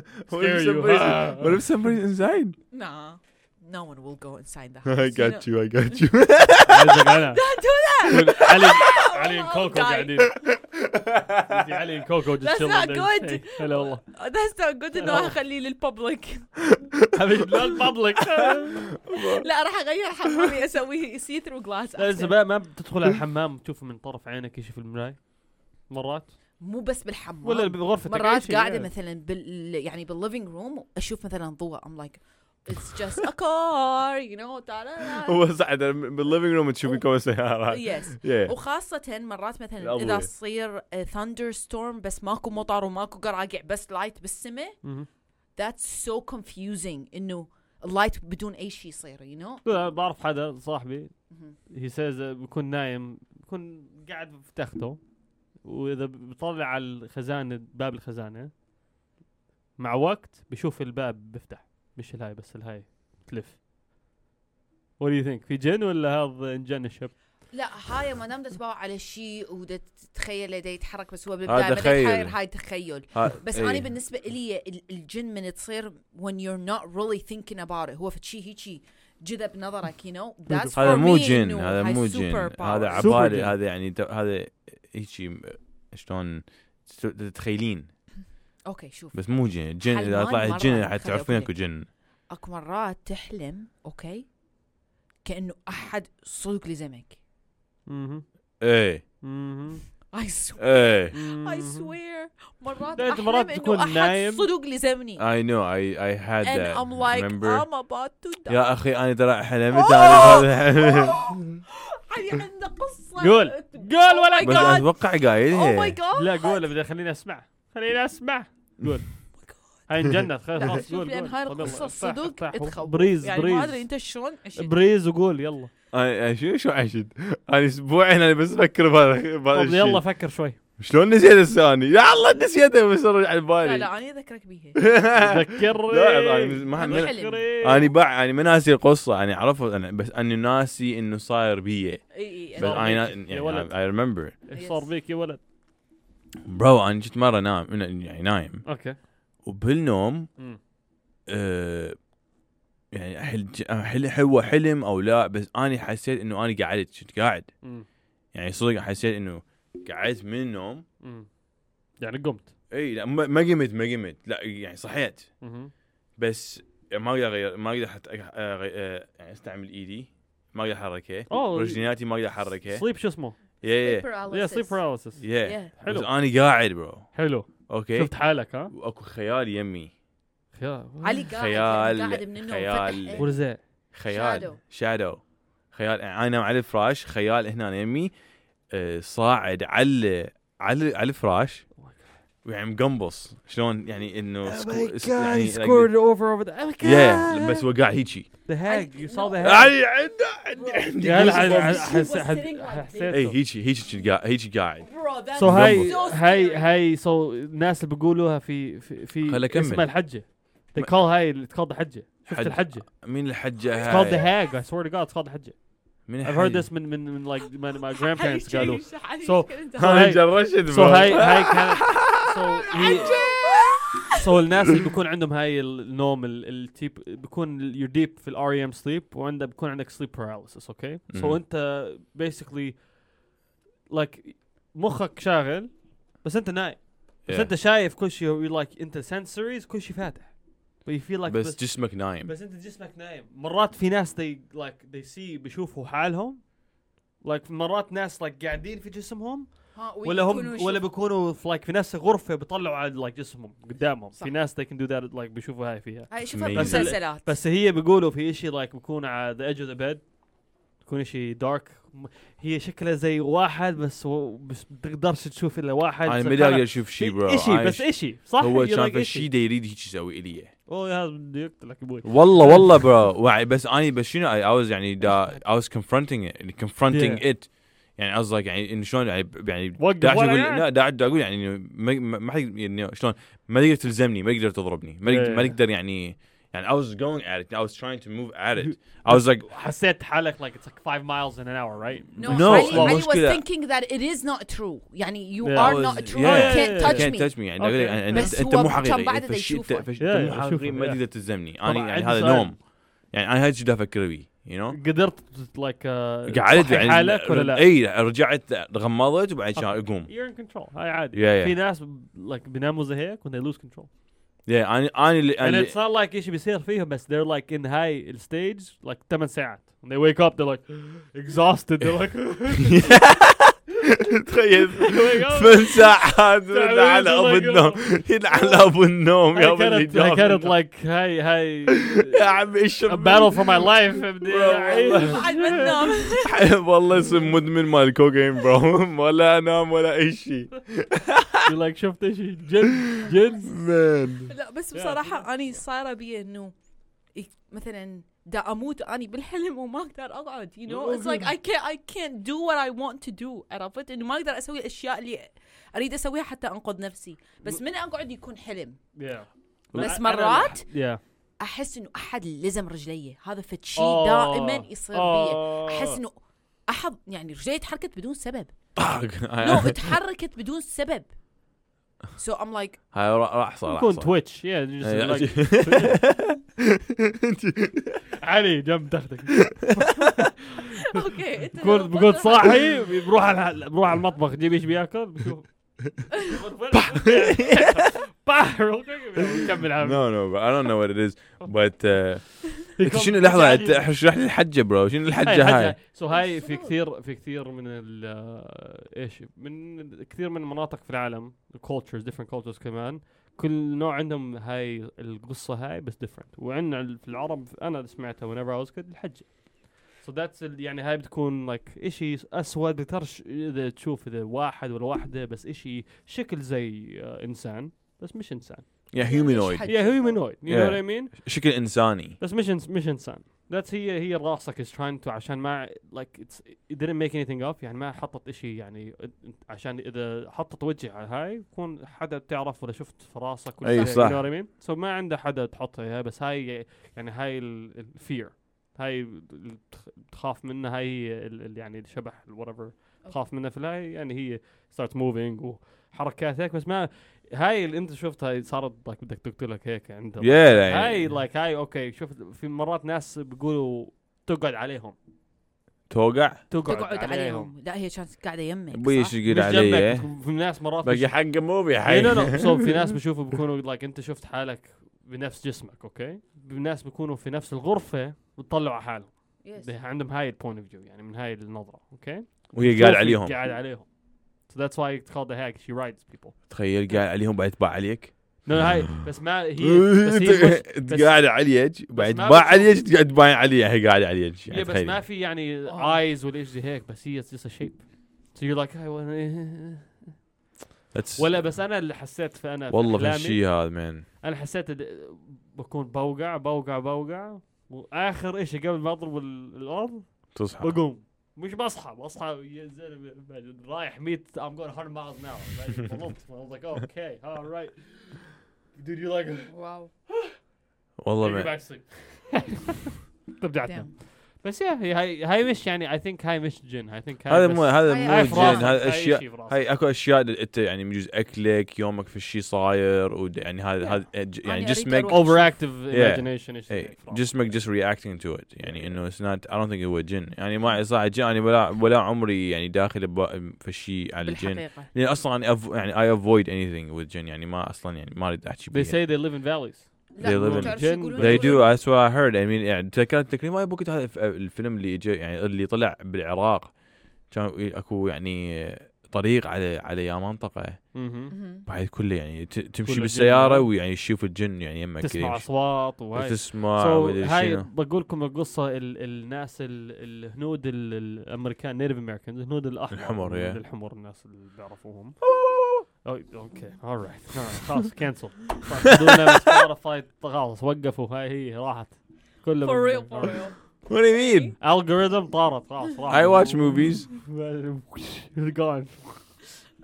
Speaker 2: somebody's-
Speaker 3: آه.
Speaker 2: what if somebody's inside
Speaker 4: nah no one will go inside the house
Speaker 2: I
Speaker 4: you know.
Speaker 2: got you I got you
Speaker 3: علي
Speaker 4: don't do that Oh
Speaker 3: علي علي كوكو
Speaker 4: die.
Speaker 3: قاعدين في علي كوكو
Speaker 4: That's not good.
Speaker 3: هلا والله
Speaker 4: that's not good انه اخليه للببليك
Speaker 3: حبيبي لا البابليك
Speaker 4: لا راح اغير حمامي اسويه سي ثرو جلاس
Speaker 3: لا إذا بقى ما بتدخل على الحمام تشوف من طرف عينك شيء في المرايه مرات
Speaker 4: مو بس بالحمام
Speaker 3: ولا بغرفتك أي
Speaker 4: مرات
Speaker 3: شيء
Speaker 4: قاعده
Speaker 3: يعني.
Speaker 4: مثلا بال يعني بالليفنج روم اشوف مثلا ضوء ام لايك اتس جاست ا كار يو نو
Speaker 2: هو صح بالليفنج روم
Speaker 4: Oh.
Speaker 2: تشوفي كم سيارات
Speaker 4: يس
Speaker 2: Yeah.
Speaker 4: وخاصة مرات مثلا
Speaker 2: الأضوية.
Speaker 4: اذا تصير ثاندر ستورم بس ماكو مطر وماكو قراقع بس لايت بالسماء
Speaker 3: مهم.
Speaker 4: ذاتس سو كونفيوزينج انه اللايت بدون اي شيء يصير يو نو
Speaker 3: لا، بعرف حدا صاحبي هي سيز بيكون uh, نايم بيكون قاعد في تخته واذا بيطلع على الخزانه باب الخزانه مع وقت بشوف الباب بيفتح مش الهاي بس الهاي تلف وات يو ثينك في جن ولا هذا انجن الشب
Speaker 4: لا هاي ما دام تباوع على شيء وتتخيل دا يتحرك بس هو
Speaker 2: هذا
Speaker 4: بالبدايه ما
Speaker 2: تخيل.
Speaker 4: يتحرك هاي تخيل
Speaker 2: ها-
Speaker 4: بس
Speaker 2: إيه.
Speaker 4: انا بالنسبه لي الجن من تصير when you're not really thinking about it هو شيء هيجي جذب نظرك you know that's
Speaker 2: هذا
Speaker 4: for
Speaker 2: مو
Speaker 4: me
Speaker 2: جن
Speaker 4: إنه
Speaker 2: هذا
Speaker 4: هاي
Speaker 2: مو جن
Speaker 4: superpower.
Speaker 2: هذا
Speaker 3: Super
Speaker 2: عبالي
Speaker 3: جن.
Speaker 2: هذا يعني ت- هذا هيجي م- شلون تت- تتخيلين
Speaker 4: اوكي شوف
Speaker 2: بس مو جن جن اذا
Speaker 4: حيوان
Speaker 2: طلعت
Speaker 4: مرة
Speaker 2: جن
Speaker 4: خلي
Speaker 2: حتعرفين
Speaker 4: أقول
Speaker 2: اكو جن
Speaker 4: اكو مرات تحلم اوكي كانه احد صدق لزمك
Speaker 3: اها
Speaker 2: ايه
Speaker 3: اها
Speaker 4: I swear
Speaker 2: ايه
Speaker 4: I swear مرات
Speaker 3: Mm-hmm. لا، أنت
Speaker 4: احلم
Speaker 3: مرات تكون
Speaker 4: انه احد
Speaker 3: نايم. آه،
Speaker 4: صدق لزمني
Speaker 2: I know I I had
Speaker 4: and
Speaker 2: that
Speaker 4: I'm like
Speaker 2: remember
Speaker 4: I'm about to die Oh!
Speaker 2: يا اخي انا ترى حلمت
Speaker 4: أوه!
Speaker 2: انا
Speaker 4: Oh علي عنده قصه
Speaker 3: قول. قول ولا
Speaker 4: Oh my
Speaker 2: بس
Speaker 4: God.
Speaker 2: اتوقع
Speaker 4: Oh my
Speaker 2: قايلها
Speaker 4: god
Speaker 3: لا قول بدي خليني اسمع خليني اسمع قول
Speaker 4: Oh my
Speaker 3: هاي انجنت خلاص
Speaker 4: لا،
Speaker 3: قول
Speaker 4: لأن
Speaker 3: قول.
Speaker 4: هاي
Speaker 3: طب يلا،
Speaker 4: القصة
Speaker 3: افتح،
Speaker 4: الصدق
Speaker 3: افتح.
Speaker 4: تخوف.
Speaker 3: بريز
Speaker 4: يعني ما ادري
Speaker 3: بريز
Speaker 4: انت شلون عشت.
Speaker 3: بريز وقول يلا
Speaker 2: انا أنا شو شو عشت انا اسبوعين انا بس افكر بهذا بهذا
Speaker 3: طب يلا
Speaker 2: الشيء
Speaker 3: فكر شوي
Speaker 2: شلون نسيت الثاني يا الله نسيته بس رجع على بالي
Speaker 4: لا لا انا اذكرك بيها
Speaker 2: لا، أنا
Speaker 3: ذكرني
Speaker 2: ما-
Speaker 4: أنا
Speaker 2: ما-
Speaker 4: حلم.
Speaker 3: إيه.
Speaker 2: اني باع اني يعني ما ناسي القصه اني عرفت انا بس اني ناسي انه صاير بي
Speaker 4: اي
Speaker 2: بس
Speaker 4: اي
Speaker 3: بل-
Speaker 2: اني نا-
Speaker 3: يا
Speaker 2: يعني
Speaker 3: ولد.
Speaker 2: اي ريمبر
Speaker 3: ايش صار بيك يا ولد
Speaker 2: برو انا جيت مره نام يعني نايم
Speaker 3: اوكي
Speaker 2: وبهالنوم
Speaker 3: مم.
Speaker 2: آه، يعني احل احل هو حلم او لا بس اني حسيت انه انا قعدت كنت قاعد
Speaker 3: مم.
Speaker 2: يعني صدق حسيت انه قعدت من النوم
Speaker 3: مم. يعني قمت
Speaker 2: اي لا ما ما قمت ما قمت لا يعني صحيت بس ما اقدر اغير ما اقدر حت... أغ- أغ- يعني استعمل ايدي ما اقدر احركها
Speaker 3: أوه.
Speaker 2: رجلياتي ما اقدر احركها
Speaker 3: سليب شو اسمه؟
Speaker 2: يا يا
Speaker 3: يا سليب باراليسيس
Speaker 2: يا
Speaker 4: Yeah.
Speaker 2: حلو
Speaker 3: حلو.
Speaker 2: بس انا قاعد برو
Speaker 3: حلو
Speaker 2: اوكي
Speaker 3: شفت حالك ها؟
Speaker 2: واكو خيال يمي
Speaker 4: علي قاعد
Speaker 2: خيال،
Speaker 4: خيال قاعد من إيه. النوم
Speaker 2: خيال.
Speaker 4: فتح-
Speaker 3: ورز ذات؟
Speaker 2: خيال
Speaker 4: Shadow.
Speaker 2: شادو خيال يعني انا على الفراش خيال هنا يمي آه، صاعد على على على الفراش ويعني مقنبص شلون يعني انه
Speaker 3: Oh
Speaker 2: سكو- س- يعني
Speaker 3: over over the oh my
Speaker 2: يا بس هو قاعد هيجي
Speaker 3: the
Speaker 4: heck, you saw the
Speaker 2: علي عندي عندي عندي
Speaker 3: يا هلا
Speaker 2: goosebumps.
Speaker 3: حس-
Speaker 4: She
Speaker 3: حس-
Speaker 4: was
Speaker 3: حس-
Speaker 4: sitting like this.
Speaker 3: حسيته.
Speaker 2: اي هيجي هيجي قاعد هيجي قاعد
Speaker 4: Bro, that's
Speaker 3: سو هاي
Speaker 4: so
Speaker 3: هاي
Speaker 4: scary.
Speaker 3: هاي سو الناس اللي بيقولوها في في
Speaker 2: خل
Speaker 3: في
Speaker 2: أكمل.
Speaker 3: اسمها الحجه they call هاي اللي تقاضي حجه شفت
Speaker 2: حج-
Speaker 3: الحجه
Speaker 2: مين
Speaker 3: it's called the
Speaker 2: الحجه هاي؟
Speaker 3: hag I swear to God it's called the حجه
Speaker 2: مين
Speaker 3: I've heard this من من من like من my grandparents
Speaker 4: علي
Speaker 3: قالوا
Speaker 4: جيش، علي
Speaker 3: So-
Speaker 4: جيش كنت-
Speaker 3: So هاي-
Speaker 2: جرشت
Speaker 3: so هاي هاي كانت so هي so الناس اللي بيكون عندهم هاي ال- النوم ال- التيب بيكون يور ديب في E الار ام سليب وعندك بيكون عندك سليب باراليسيس اوكي
Speaker 2: مم.
Speaker 3: سو انت basically like مخك شاغل بس انت نايم بس
Speaker 2: Yeah.
Speaker 3: انت شايف كل شيء يو لايك انت سنسوريز كل شيء فاتح but you feel like
Speaker 2: بس جسمك نايم
Speaker 3: بس انت جسمك نايم مرات في ناس they like they see بيشوفوا حالهم like مرات ناس like قاعدين في جسمهم
Speaker 4: ها،
Speaker 3: ولا هم
Speaker 4: ويكونوا
Speaker 3: ولا
Speaker 4: يشوفوا-
Speaker 3: بيكونوا في like في ناس غرفه بيطلعوا على like جسمهم قدامهم
Speaker 4: صح.
Speaker 3: في ناس they can do that like بيشوفوا هاي فيها
Speaker 4: هاي شوفها
Speaker 2: Amazing.
Speaker 4: بمسلسلات
Speaker 3: بس هي بيقولوا في شيء لايك بيكون على ذا ايدج اوف ذا بيد بيكون شيء دارك هي شكلها زي واحد بس هو- بس بتقدرش تشوف الا واحد
Speaker 2: انا
Speaker 3: بس
Speaker 2: يعني ما
Speaker 3: الحالة-
Speaker 2: اقدر اشوف شيء برو
Speaker 3: إشي بس إشي صح
Speaker 2: هو
Speaker 3: You're
Speaker 2: كان
Speaker 3: like
Speaker 2: في
Speaker 3: إشي.
Speaker 2: شيء دا يريد هيك يسوي الي
Speaker 3: اوه يا بده يقتلك ابوي
Speaker 2: والله والله برو وعي بس اني بس شنو اي واز يعني دا I was confronting it confronting
Speaker 3: Yeah.
Speaker 2: it يعني قصدك يعني انه شلون يعني يعني
Speaker 3: وقف
Speaker 2: دا
Speaker 3: ولا
Speaker 2: اقول
Speaker 3: قاعد.
Speaker 2: لا دا دا اقول يعني إنه ما ما ما حد يعني شلون ما تقدر تلزمني ما تقدر تضربني ما تقدر-
Speaker 3: Yeah.
Speaker 2: ما تقدر يعني يعني I was going at it I was trying to move at it I was like
Speaker 3: حسيت حالك like it's like 5 miles in an hour right
Speaker 4: No,
Speaker 2: No,
Speaker 4: Ali,
Speaker 2: well,
Speaker 4: Ali was
Speaker 2: مشكلة-
Speaker 4: thinking that it is not true. يعني you
Speaker 3: Yeah.
Speaker 4: are
Speaker 2: I was-
Speaker 4: not true.
Speaker 2: yeah.
Speaker 4: You can't
Speaker 3: Yeah.
Speaker 4: touch
Speaker 2: كانت
Speaker 4: me.
Speaker 2: تاتش مي يعني اقول لك
Speaker 3: Okay.
Speaker 2: يعني انت
Speaker 4: بس
Speaker 2: انت
Speaker 4: هو
Speaker 2: مو
Speaker 4: كان
Speaker 2: حقيقي
Speaker 4: بعد
Speaker 2: انت
Speaker 4: إذا
Speaker 2: شيء
Speaker 4: يشوفه.
Speaker 2: انت
Speaker 3: Yeah,
Speaker 2: مو
Speaker 3: yeah,
Speaker 2: حقيقي
Speaker 3: يشوفه,
Speaker 2: ما
Speaker 3: yeah.
Speaker 2: تقدر تلزمني
Speaker 3: طبعاً
Speaker 2: انا يعني
Speaker 3: عندي
Speaker 2: هذا
Speaker 3: سؤال.
Speaker 2: نوم يعني انا هيك افكر بيه يو نو
Speaker 3: قدرت like uh,
Speaker 2: قعدت
Speaker 3: تصحي
Speaker 2: يعني
Speaker 3: حالك ولا لا؟
Speaker 2: اي رجعت غمضت وبعد كان اقوم
Speaker 3: you're in control هاي عادي
Speaker 2: يا
Speaker 3: في
Speaker 2: يا
Speaker 3: ناس like بيناموا زي هيك when they lose control
Speaker 2: يا انا انا اللي
Speaker 3: and
Speaker 2: أنا-
Speaker 3: it's not like ايش بيصير فيهم بس they're like in high stage like 8 ساعات when they wake up they're like exhausted they're like
Speaker 2: تخيل
Speaker 3: wake up.
Speaker 2: ثمان ساعات
Speaker 3: تعبان
Speaker 2: على ابو
Speaker 3: والله.
Speaker 2: النوم يلعن ابو النوم يا
Speaker 3: I
Speaker 2: ابو اللي
Speaker 3: كانت I
Speaker 2: جاب
Speaker 3: كانت
Speaker 2: النوم.
Speaker 3: like هاي هاي
Speaker 2: يا عمي اشرب
Speaker 3: a battle for my life بدي
Speaker 2: والله.
Speaker 4: بعد ما تنام.
Speaker 2: مني. والله اسم مدمن مال كوكايين برو ولا انام ولا اي شيء
Speaker 3: You're like شفت ايش جن جن
Speaker 2: مان
Speaker 4: لا بس
Speaker 3: Yeah.
Speaker 4: بصراحة أنا صايرة بي إنه إي- مثلا دا أموت أنا بالحلم وما أقدر أقعد you know it's like I can't I can't do what I want to do عرفت إنه ما أقدر أسوي الأشياء اللي أريد أسويها حتى أنقذ نفسي بس من أقعد يكون حلم
Speaker 3: Yeah.
Speaker 4: بس
Speaker 3: أنا-
Speaker 4: مرات
Speaker 3: يا
Speaker 4: احس انه احد لزم رجلي هذا فد شيء
Speaker 3: آه.
Speaker 4: دائما يصير بي
Speaker 3: آه.
Speaker 4: احس انه احد يعني رجلي تحركت بدون سبب
Speaker 2: طاق
Speaker 3: آه.
Speaker 4: لو تحركت بدون سبب سو ام لايك
Speaker 2: هاي را- راح صار راح
Speaker 3: يكون
Speaker 2: صار.
Speaker 3: تويتش يا just
Speaker 2: إيه،
Speaker 3: like- علي جنب تختك
Speaker 4: اوكي انت
Speaker 3: بكون بكون صاحي بروح على بروح على المطبخ جيب ايش بياكل بشوف باح كمل عم
Speaker 2: No, no, but I don't know what it is.
Speaker 3: Oh.
Speaker 2: But uh, انت شنو لحظة انت اشرح لي الحجة برو شنو الحجة هاي؟
Speaker 3: سو هاي في كثير في كثير من ال ايش من كثير من المناطق في العالم cultures different cultures كمان كل نوع عندهم هاي القصه هاي بس different وعندنا ال- في العرب انا اللي سمعتها whenever I was kid الحجه سو ذاتس يعني هاي بتكون لايك like اشي اسود بترش اذا تشوف اذا واحد ولا واحده بس اشي شكل زي آه، انسان بس مش انسان
Speaker 2: يا هيومينويد
Speaker 3: يا هيومنويد يو نو
Speaker 2: Yeah.
Speaker 3: وات اي مين
Speaker 2: شكل انساني
Speaker 3: بس مش إنس- مش انسان ذاتس هي هي راسك is trying to عشان ما like it's it didn't make anything up يعني ما حطت اشي يعني عشان اذا حطت وجهي على هاي يكون حدا بتعرف ولا شفت في راسك ولا
Speaker 2: أي
Speaker 3: شيء،
Speaker 2: صح.
Speaker 3: you know what I mean? so ما عنده حدا تحطها إياها، بس هاي يعني هاي الفير هاي ال- تخ- تخاف منها هاي ال- ال- يعني الشبح whatever تخاف منها فلاي يعني هي ستارت موفينج وحركات هيك بس ما هاي اللي انت شفتها صارت like بدك تقتلك هيك عندها
Speaker 2: يا لا،
Speaker 3: هاي
Speaker 2: يعني
Speaker 3: لايك هاي اوكي شوف في مرات ناس بيقولوا تقعد عليهم
Speaker 2: توقع
Speaker 3: تقعد,
Speaker 4: تقعد عليهم لا هي كانت قاعده يمك
Speaker 2: ابوي ايش
Speaker 4: صح؟
Speaker 2: يقول
Speaker 3: مش إيه،
Speaker 2: علي إيه؟
Speaker 3: جنبك في ناس مرات
Speaker 2: باقي حقه مو بيحي
Speaker 3: نو نو سو في ناس بيشوفوا بيكونوا لايك انت شفت حالك بنفس جسمك اوكي ناس بيكونوا في نفس الغرفه بتطلعوا على حالهم
Speaker 4: Yes.
Speaker 3: عندهم هاي البوينت اوف فيو يعني من هاي النظره اوكي
Speaker 2: وهي قاعد
Speaker 3: شوف
Speaker 2: عليهم
Speaker 3: قاعد عليهم So that's why it's called the hack. She rides people.
Speaker 2: تخيل قاعد عليهم بعد تباع عليك
Speaker 3: No, no, هاي بس ما هي بس هي مش- بس-
Speaker 2: قاعد عليك بعد
Speaker 3: ما
Speaker 2: تباع
Speaker 3: بتشوف-
Speaker 2: عليك قاعد تباين علي هي قاعد عليك
Speaker 3: هي
Speaker 2: يعني
Speaker 3: بس ما
Speaker 2: تخيل
Speaker 3: في يعني
Speaker 4: آه.
Speaker 3: eyes ولا ايش زي هيك بس هي it's just a shape. So you're like I wanna...
Speaker 2: That's-
Speaker 3: ولا بس انا اللي حسيت فانا في
Speaker 2: والله في
Speaker 3: أحلامي،
Speaker 2: الشيء هذا مان
Speaker 3: انا حسيت إن بكون بوقع بوقع بوقع واخر شيء قبل ما اضرب ال- الارض
Speaker 2: تصحى
Speaker 3: بقوم مش بصحى بصحى يا زلمة بعد رايح 100 I'm going 100 miles an hour بعد ضربت I was like okay alright dude you're like
Speaker 4: واو
Speaker 2: والله
Speaker 3: you go
Speaker 2: مان
Speaker 3: back to sleep ترجع
Speaker 4: Damn.
Speaker 3: تنام بس يا هي- هاي هاي مش يعني I think هاي مش جن I think هاي
Speaker 2: هذا
Speaker 3: بس-
Speaker 2: مو هذا
Speaker 4: هاي
Speaker 2: مو
Speaker 4: أعرف
Speaker 2: جن
Speaker 4: راسك،
Speaker 2: هذا
Speaker 3: هاي
Speaker 2: اشياء
Speaker 3: شي في راسك.
Speaker 2: هاي اكو اشياء دل- انت يعني بجوز اكلك يومك في شيء صاير ود- يعني هذا هذا يعني
Speaker 4: أريد
Speaker 2: جسمك
Speaker 4: أروح.
Speaker 3: overactive
Speaker 2: Yeah.
Speaker 3: imagination يعني، ايش
Speaker 2: اي
Speaker 3: في راسك.
Speaker 2: جسمك just reacting to it يعني انه it's not I don't think هو جن يعني ما صح جن يعني ولا ولا عمري يعني داخل ببا- في شيء على الجن
Speaker 4: بالحقيقه
Speaker 2: لان اصلا أنا أف- يعني I avoid anything with جن يعني ما اصلا يعني ما اريد احكي
Speaker 3: they
Speaker 2: بيها
Speaker 3: say they live in valleys
Speaker 4: لا،
Speaker 2: They live in-
Speaker 4: تعرف شو
Speaker 3: Gen-
Speaker 4: يقولون؟
Speaker 2: They do
Speaker 4: يقولون
Speaker 2: that's what I heard I mean يعني تذكرت تقريبا ما بوقت هذا الف- الفيلم اللي جاء يعني اللي طلع بالعراق كان اكو يعني طريق على على يا منطقه
Speaker 3: مهم.
Speaker 4: مهم.
Speaker 2: بعد كله يعني ت- تمشي
Speaker 3: كله
Speaker 2: بالسياره
Speaker 3: جن.
Speaker 2: ويعني تشوف الجن يعني يمك كذي
Speaker 3: تسمع
Speaker 2: يمشي.
Speaker 3: اصوات وهاي
Speaker 2: وتسمع
Speaker 3: So
Speaker 2: ومدري
Speaker 3: هاي
Speaker 2: شنو.
Speaker 3: بقول لكم القصه ال الناس ال الهنود ال الامريكان نيرف امريكان الهنود الاحمر
Speaker 2: الحمر،
Speaker 3: الهنود
Speaker 2: yeah.
Speaker 3: الحمر الناس اللي بيعرفوهم أوي، اوكي alright alright خلاص كنسل خلاص وقفوا هاي هي راحت كلهم
Speaker 4: For real, for real.
Speaker 2: What do you mean?
Speaker 3: algorithm طارت خلاص راحت
Speaker 2: I watch movies.
Speaker 3: gone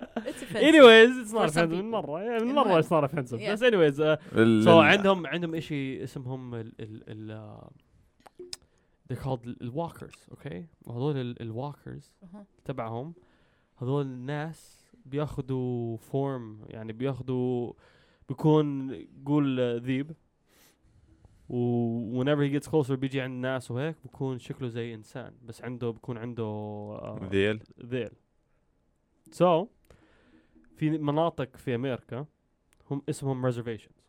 Speaker 4: It's offensive.
Speaker 3: anyways it's
Speaker 4: For
Speaker 3: not
Speaker 4: some
Speaker 3: offensive من
Speaker 4: people.
Speaker 3: مره يعني من
Speaker 4: It
Speaker 3: مره
Speaker 4: might.
Speaker 3: it's not offensive
Speaker 4: Yeah.
Speaker 3: بس anyways uh,
Speaker 2: ال-
Speaker 3: سو
Speaker 2: ال-
Speaker 3: عندهم عندهم شيء اسمهم ال ال ال they called الواكرز اوكي وهذول الواكرز
Speaker 4: أها.
Speaker 3: تبعهم هذول الناس بياخذوا فورم يعني بياخذوا بيكون قول آه، ذيب و whenever he gets closer بيجي عند الناس وهيك بيكون شكله زي انسان بس عنده بيكون عنده آه،
Speaker 2: ذيل
Speaker 3: ذيل سو so, في مناطق في امريكا هم اسمهم reservations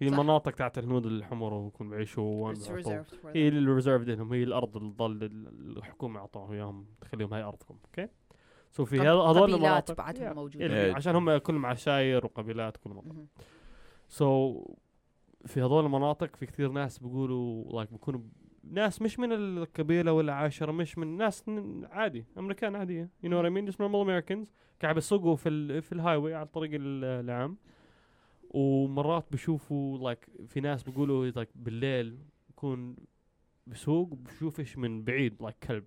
Speaker 3: هي
Speaker 4: صح.
Speaker 3: المناطق تاعت الهنود الحمر ويكون بيعيشوا وين
Speaker 4: It's
Speaker 3: بيعطوهم.
Speaker 4: reserved for
Speaker 3: هي
Speaker 4: them.
Speaker 3: الريزرف لهم هي الارض اللي ضل ال- الحكومه اعطوهم اياهم تخليهم هاي ارضكم اوكي سو في
Speaker 4: قب-
Speaker 3: هذ- هذول
Speaker 4: قبيلات
Speaker 3: المناطق
Speaker 4: بعدهم
Speaker 3: Yeah.
Speaker 4: موجودة. Mm-hmm.
Speaker 3: اللي-
Speaker 2: Yeah.
Speaker 3: عشان هم كلهم عشاير وقبيلات كلهم
Speaker 4: مهم.
Speaker 3: سو so, في هذول المناطق في كثير ناس بيقولوا لايك بيكونوا ناس مش من القبيله ولا عاشره مش من ناس ن- عادي امريكان عاديه يو نو وات اي مين just normal Americans قاعد بيسوقوا في ال في الهاي واي على الطريق ال- العام ومرات بشوفوا لايك في ناس بيقولوا لايك بالليل بكون بسوق بشوف ايش من بعيد لايك كلب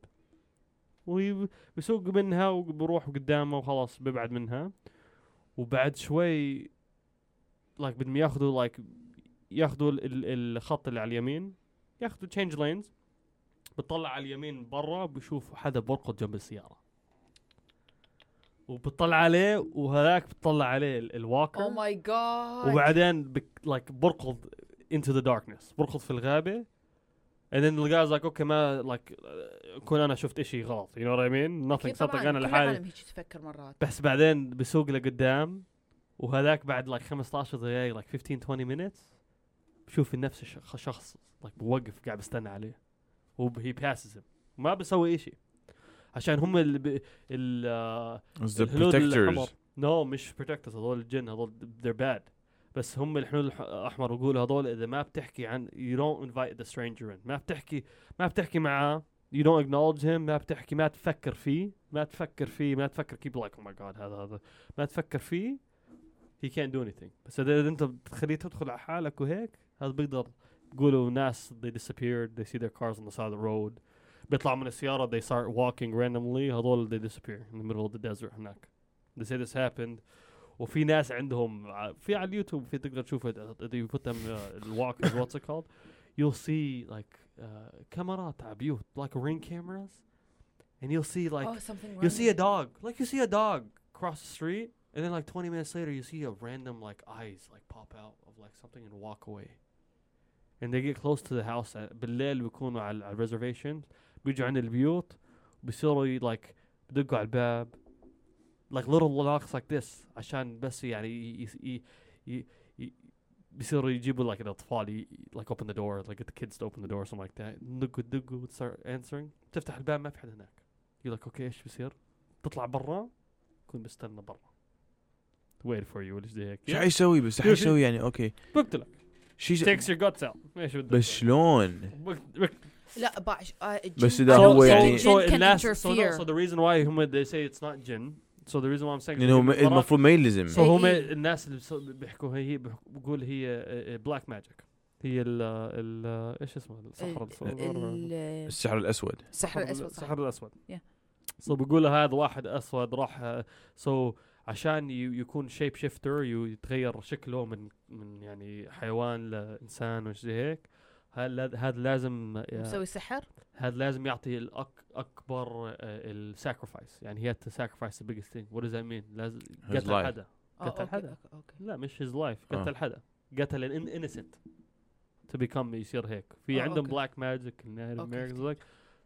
Speaker 3: وبسوق منها وبروح قدامه وخلاص ببعد منها وبعد شوي لايك بدهم ياخذوا لايك ياخذوا ال- ال- الخط اللي على اليمين ياخذوا تشينج لينز بتطلع على اليمين برا بشوف حدا بركض جنب السياره وبتطلع عليه وهذاك بتطلع عليه ال-
Speaker 4: او
Speaker 3: الواكر
Speaker 4: ماي جاد
Speaker 3: وبعدين لايك بركض into the darkness بركض في الغابه and then the guy's like اوكي ما like كون انا شفت اشي غلط you know what I mean nothing صدق انا لحالي
Speaker 4: هيك تفكر مرات
Speaker 3: بس بعدين بسوق لقدام وهذاك بعد like 15 دقائق like 15 20 minutes بشوف نفس الشخ- الشخص like بوقف قاعد بستنى عليه وهي باسز ما بسوي اشي عشان هم ال, ب- ال آه،
Speaker 2: ذا
Speaker 3: الهنود الأحمر.
Speaker 2: بروتكتورز
Speaker 3: نو مش بروتكترز هذول الجن هذول they're bad بس هم الحلول الح- الاحمر يقولوا هذول اذا ما بتحكي عن you don't invite the stranger in ما بتحكي ما بتحكي معاه you don't acknowledge him ما بتحكي ما تفكر فيه ما تفكر فيه ما تفكر keep like oh my god هذا هذا ما تفكر فيه he can't do anything بس اذا إذا انت بتخليه تدخل على حالك وهيك هذا بيقدر يقولوا ناس they disappeared they see their cars on the side of the road بيطلعوا من السيارة they start walking randomly هذول they disappear in the middle of the desert هناك they say this happened وفي ناس عندهم ع- في على اليوتيوب في تقدر تشوف it, uh, you put them uh, walkers what's it called you'll see like uh, كاميرات على بيوت like ring cameras and you'll see like
Speaker 4: oh something
Speaker 3: you see a dog like you see a dog cross the street and then like 20 minutes later you see a random like eyes like pop out of like something and walk away and they get close to the house uh, بالليل بيكونوا على على الريزرفيشن بيجوا عند البيوت بيصيروا ي- like بدقوا على الباب like little knocks like this عشان بس يعني ي- ي- ي- ي- بيصيروا يجيبوا like الاطفال ي- like open the door like get the kids to open the door or something like that ندقوا ندقوا start answering تفتح الباب ما في حد هناك يقول لك اوكي ايش بيصير؟ تطلع برا كون بستنى برا wait for you ولا زي
Speaker 2: شو
Speaker 3: هيك
Speaker 2: حيسوي بس شو حيسوي يعني اوكي
Speaker 3: بقتلك
Speaker 2: شي
Speaker 3: takes your guts out ايش بدك
Speaker 2: بس شلون؟
Speaker 3: بقت- بقت-
Speaker 4: لا آه، باش
Speaker 2: بس إذا هو يعني-
Speaker 3: so
Speaker 4: so
Speaker 3: it
Speaker 4: can
Speaker 3: lasts- so no, so
Speaker 4: interfere
Speaker 3: the reason why هم they say it's not jinn so the reason why I'm saying
Speaker 2: لانه م-
Speaker 3: مرات-
Speaker 2: المفروض ما
Speaker 3: so
Speaker 2: يلزم
Speaker 4: إيه،
Speaker 3: هم
Speaker 4: إيه.
Speaker 3: الناس اللي بسو- بيحكوا هي بيحكوا- بقول هي بلاك ماجيك هي ال ال ايش اسمه الصحراء الصحراء
Speaker 4: ال-
Speaker 2: السحر الاسود
Speaker 4: السحر الاسود صح.
Speaker 3: الصحراء الاسود
Speaker 4: Yeah.
Speaker 3: سو بقول هذا واحد اسود راح سو عشان ي- يكون شيب شيفتر يتغير شكله من من يعني حيوان لانسان وش زي هيك هل- هذا لازم آه،
Speaker 4: مسوي سحر
Speaker 3: هذا لازم يعطي الأك اكبر الساكرفايس آه، يعني هي to sacrifice the biggest thing what does that mean لازم
Speaker 2: His
Speaker 3: قتل
Speaker 2: life.
Speaker 3: حدا
Speaker 4: آه،
Speaker 3: قتل
Speaker 4: أوكي،
Speaker 3: حدا.
Speaker 4: أوكي، أوكي.
Speaker 3: لا مش his life
Speaker 2: آه.
Speaker 3: قتل حدا قتل an in- innocent to become يصير هيك في
Speaker 4: آه،
Speaker 3: عندهم
Speaker 4: أوكي.
Speaker 3: بلاك ماجيك
Speaker 4: أوكي،
Speaker 3: لايك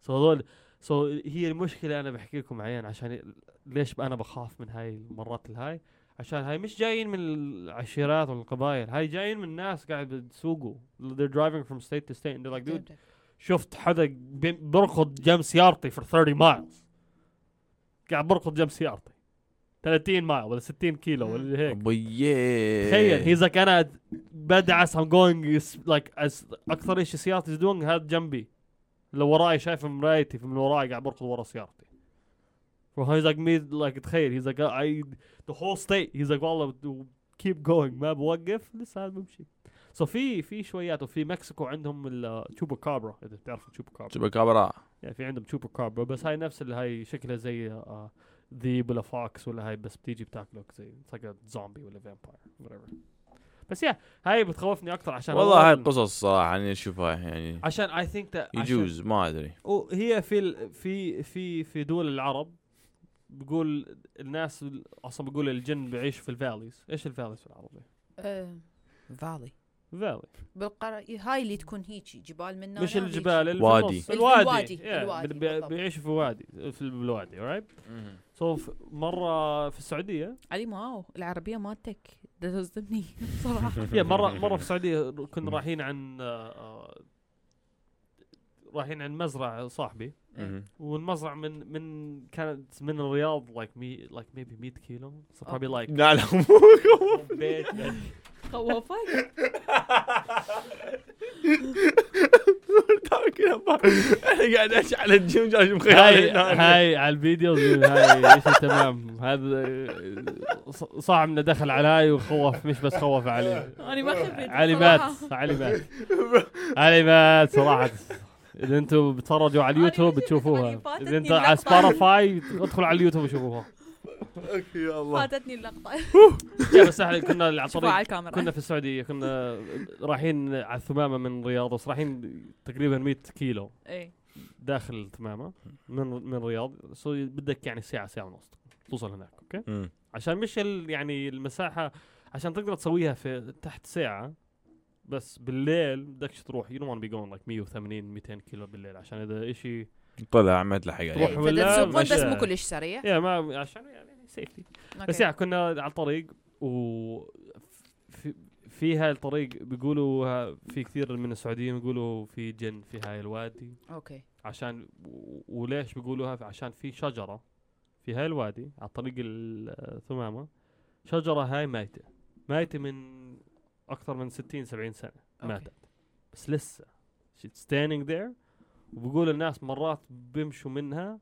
Speaker 3: سو هذول سو هي المشكله انا بحكي لكم عيان عشان ي- ليش انا بخاف من هاي المرات الهاي عشان هاي مش جايين من العشيرات والقبائل هاي جايين من ناس قاعد بتسوقوا they're driving from state to state and they're like dude
Speaker 4: فهمتك.
Speaker 3: شفت حدا بي- بركض جنب سيارتي for 30 miles قاعد بركض جنب سيارتي 30 مايل ولا 60 كيلو ولا هيك
Speaker 2: بيه
Speaker 3: تخيل هيز لايك انا بدعس ام جوينج لايك اكثر شيء سيارتي تدون هذا جنبي اللي وراي شايفه من مرايتي من وراي قاعد بركض ورا سيارتي فهيز لايك مي لايك تخيل هيز لايك اي ذا هول ستيت هيز لايك والله كيب جوينج ما بوقف لسه انا بمشي سو في في شويات وفي مكسيكو عندهم التشوبا كابرا اذا بتعرفوا تشوبا كابرا
Speaker 2: شبك ابرا
Speaker 3: يعني في عندهم تشوبر كابرا بس هاي نفس اللي هاي شكلها زي آه، ذيب ولا فوكس ولا هاي بس بتيجي بتاكلك زي like زومبي ولا فامباير whatever بس يا هاي بتخوفني اكثر عشان
Speaker 2: والله هاي
Speaker 3: أولاً-
Speaker 2: القصص صراحه انا اشوفها يعني
Speaker 3: عشان اي ثينك that عشان-
Speaker 2: يجوز ما ادري
Speaker 3: وهي في ال- في في في دول العرب بقول الناس ال- اصلا بقول الجن بيعيشوا في الفاليز ايش الفاليز بالعربي؟
Speaker 4: آه، فالي
Speaker 3: فالي
Speaker 4: بالقرى هاي اللي تكون هيجي جبال منا
Speaker 3: مش
Speaker 4: نا
Speaker 3: الجبال اللي في
Speaker 2: وادي.
Speaker 3: النص.
Speaker 4: إيه، في
Speaker 3: الوادي
Speaker 4: الوادي،
Speaker 3: Yeah،
Speaker 4: الوادي،
Speaker 3: بي- بي-
Speaker 4: بالضبط.
Speaker 3: بيعيشوا في وادي في الوادي رايت سو مره في السعوديه
Speaker 4: علي واو العربية مالتك ده تصدمني صراحة
Speaker 3: يا مره مره في السعوديه كنا رايحين عن آه، آه، رايحين عن مزرعه صاحبي
Speaker 2: مهم.
Speaker 3: والمزرع من من كانت من الرياض لايك مي لايك ميبي 100 كيلو سو بروبلي لايك
Speaker 2: لا لا
Speaker 3: بيت
Speaker 4: خوفك
Speaker 2: انا قاعد اش على الجيم جاي
Speaker 3: هاي
Speaker 2: بخيالي
Speaker 3: هاي على الفيديو هاي ايش تمام هذا آه، ص- صاعمنا دخل علي وخوف مش بس خوف علي
Speaker 4: أنا ما خفيت
Speaker 3: علي
Speaker 4: صراحة.
Speaker 3: مات علي مات علي مات صراحة اذا انتم بتتفرجوا على
Speaker 4: أنا
Speaker 3: اليوتيوب
Speaker 4: مش-
Speaker 3: بتشوفوها
Speaker 4: أنا فاتتني
Speaker 3: اذا انتم على
Speaker 4: اللقطة.
Speaker 3: سبوتيفاي ادخلوا على اليوتيوب وشوفوها
Speaker 2: اوكي يا الله
Speaker 1: فاتتني اللقطه
Speaker 3: يا بس احنا كنا على
Speaker 4: شوفوا على
Speaker 3: الطريق كنا
Speaker 4: الكاميرا
Speaker 3: في السعوديه كنا رايحين على الثمامه من الرياض بس رايحين تقريبا 100 كيلو
Speaker 1: ايه
Speaker 3: داخل الثمامه من من الرياض سو بدك يعني ساعه ساعه ونص توصل هناك اوكي
Speaker 2: مم.
Speaker 3: عشان مش ال يعني المساحه عشان تقدر تسويها في تحت ساعه بس بالليل بدكش تروح يو ونت بي جون لايك 180 200 كيلو بالليل عشان اذا شيء
Speaker 2: طلع يعني. احمد لحق
Speaker 3: تروح
Speaker 2: عليه
Speaker 3: ولا
Speaker 4: فده تسوق بس
Speaker 3: مشى.
Speaker 4: مو كلش سريع
Speaker 3: يا ما عشان يعني سيفتي بس يعني كنا على الطريق و في في هاي الطريق بيقولوا ها- في كثير من السعوديين يقولوا في جن في هاي الوادي
Speaker 4: اوكي
Speaker 3: عشان و- وليش بيقولوها عشان في شجره في هاي الوادي على طريق الثمامه شجره هاي ميته ميته من اكثر من 60 70 سنه
Speaker 4: أوكي.
Speaker 3: ماتت بس لسه ستاندينج ذير وبقول الناس مرات بيمشوا منها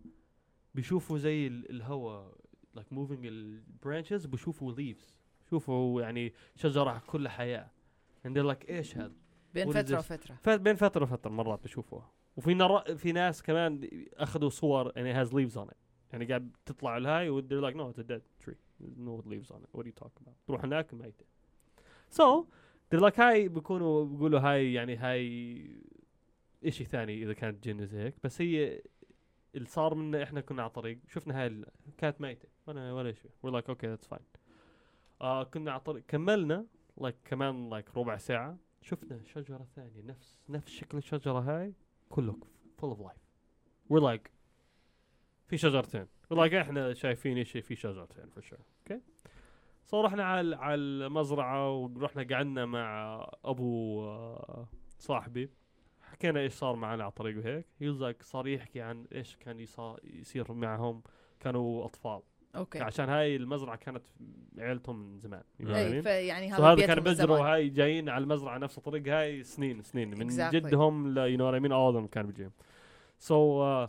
Speaker 3: بيشوفوا زي ال- الهواء لايك موفينج البرانشز بيشوفوا ليفز شوفوا يعني شجره كلها حياه and they're like ايش هذا
Speaker 4: بين
Speaker 3: What is
Speaker 4: فتره
Speaker 3: this?
Speaker 4: وفتره
Speaker 3: ف- بين فتره وفتره مرات بشوفوها وفي نر... في ناس كمان اخذوا صور and it has leaves on it يعني قاعد تطلع الهاي و they're like no it's a dead tree There's no leaves on it what are you talking about تروح هناك ميته so they're like هاي بيكونوا بيقولوا هاي يعني هاي اشي ثاني اذا كانت جن زي هيك بس هي اللي صار منا احنا كنا على طريق شفنا هاي ال- كانت ميته ولا ولا شيء we're like okay that's fine آه كنا على طريق كملنا like كمان like ربع ساعه شفنا شجره ثانيه نفس نفس شكل الشجره هاي كله فول اوف لايف وير لايك في شجرتين ولايك احنا شايفين شيء في شجرتين فور شور اوكي سو رحنا على على المزرعه ورحنا قعدنا مع ابو آه، صاحبي حكينا ايش صار معنا على الطريق وهيك هي لايك صار يحكي عن ايش كان يصا- يصير معهم كانوا اطفال
Speaker 4: اوكي
Speaker 3: عشان هاي المزرعه كانت عيلتهم من زمان you know what I mean؟
Speaker 4: اي فيعني
Speaker 3: سو
Speaker 4: يعني هذا
Speaker 3: هذا
Speaker 4: بيتهم
Speaker 3: كان
Speaker 4: من
Speaker 3: بزروا
Speaker 4: زمان.
Speaker 3: هاي جايين على المزرعه نفس الطريق هاي سنين سنين من
Speaker 4: Exactly.
Speaker 3: جدهم ل يو نو مين اولهم كان بيجيهم سو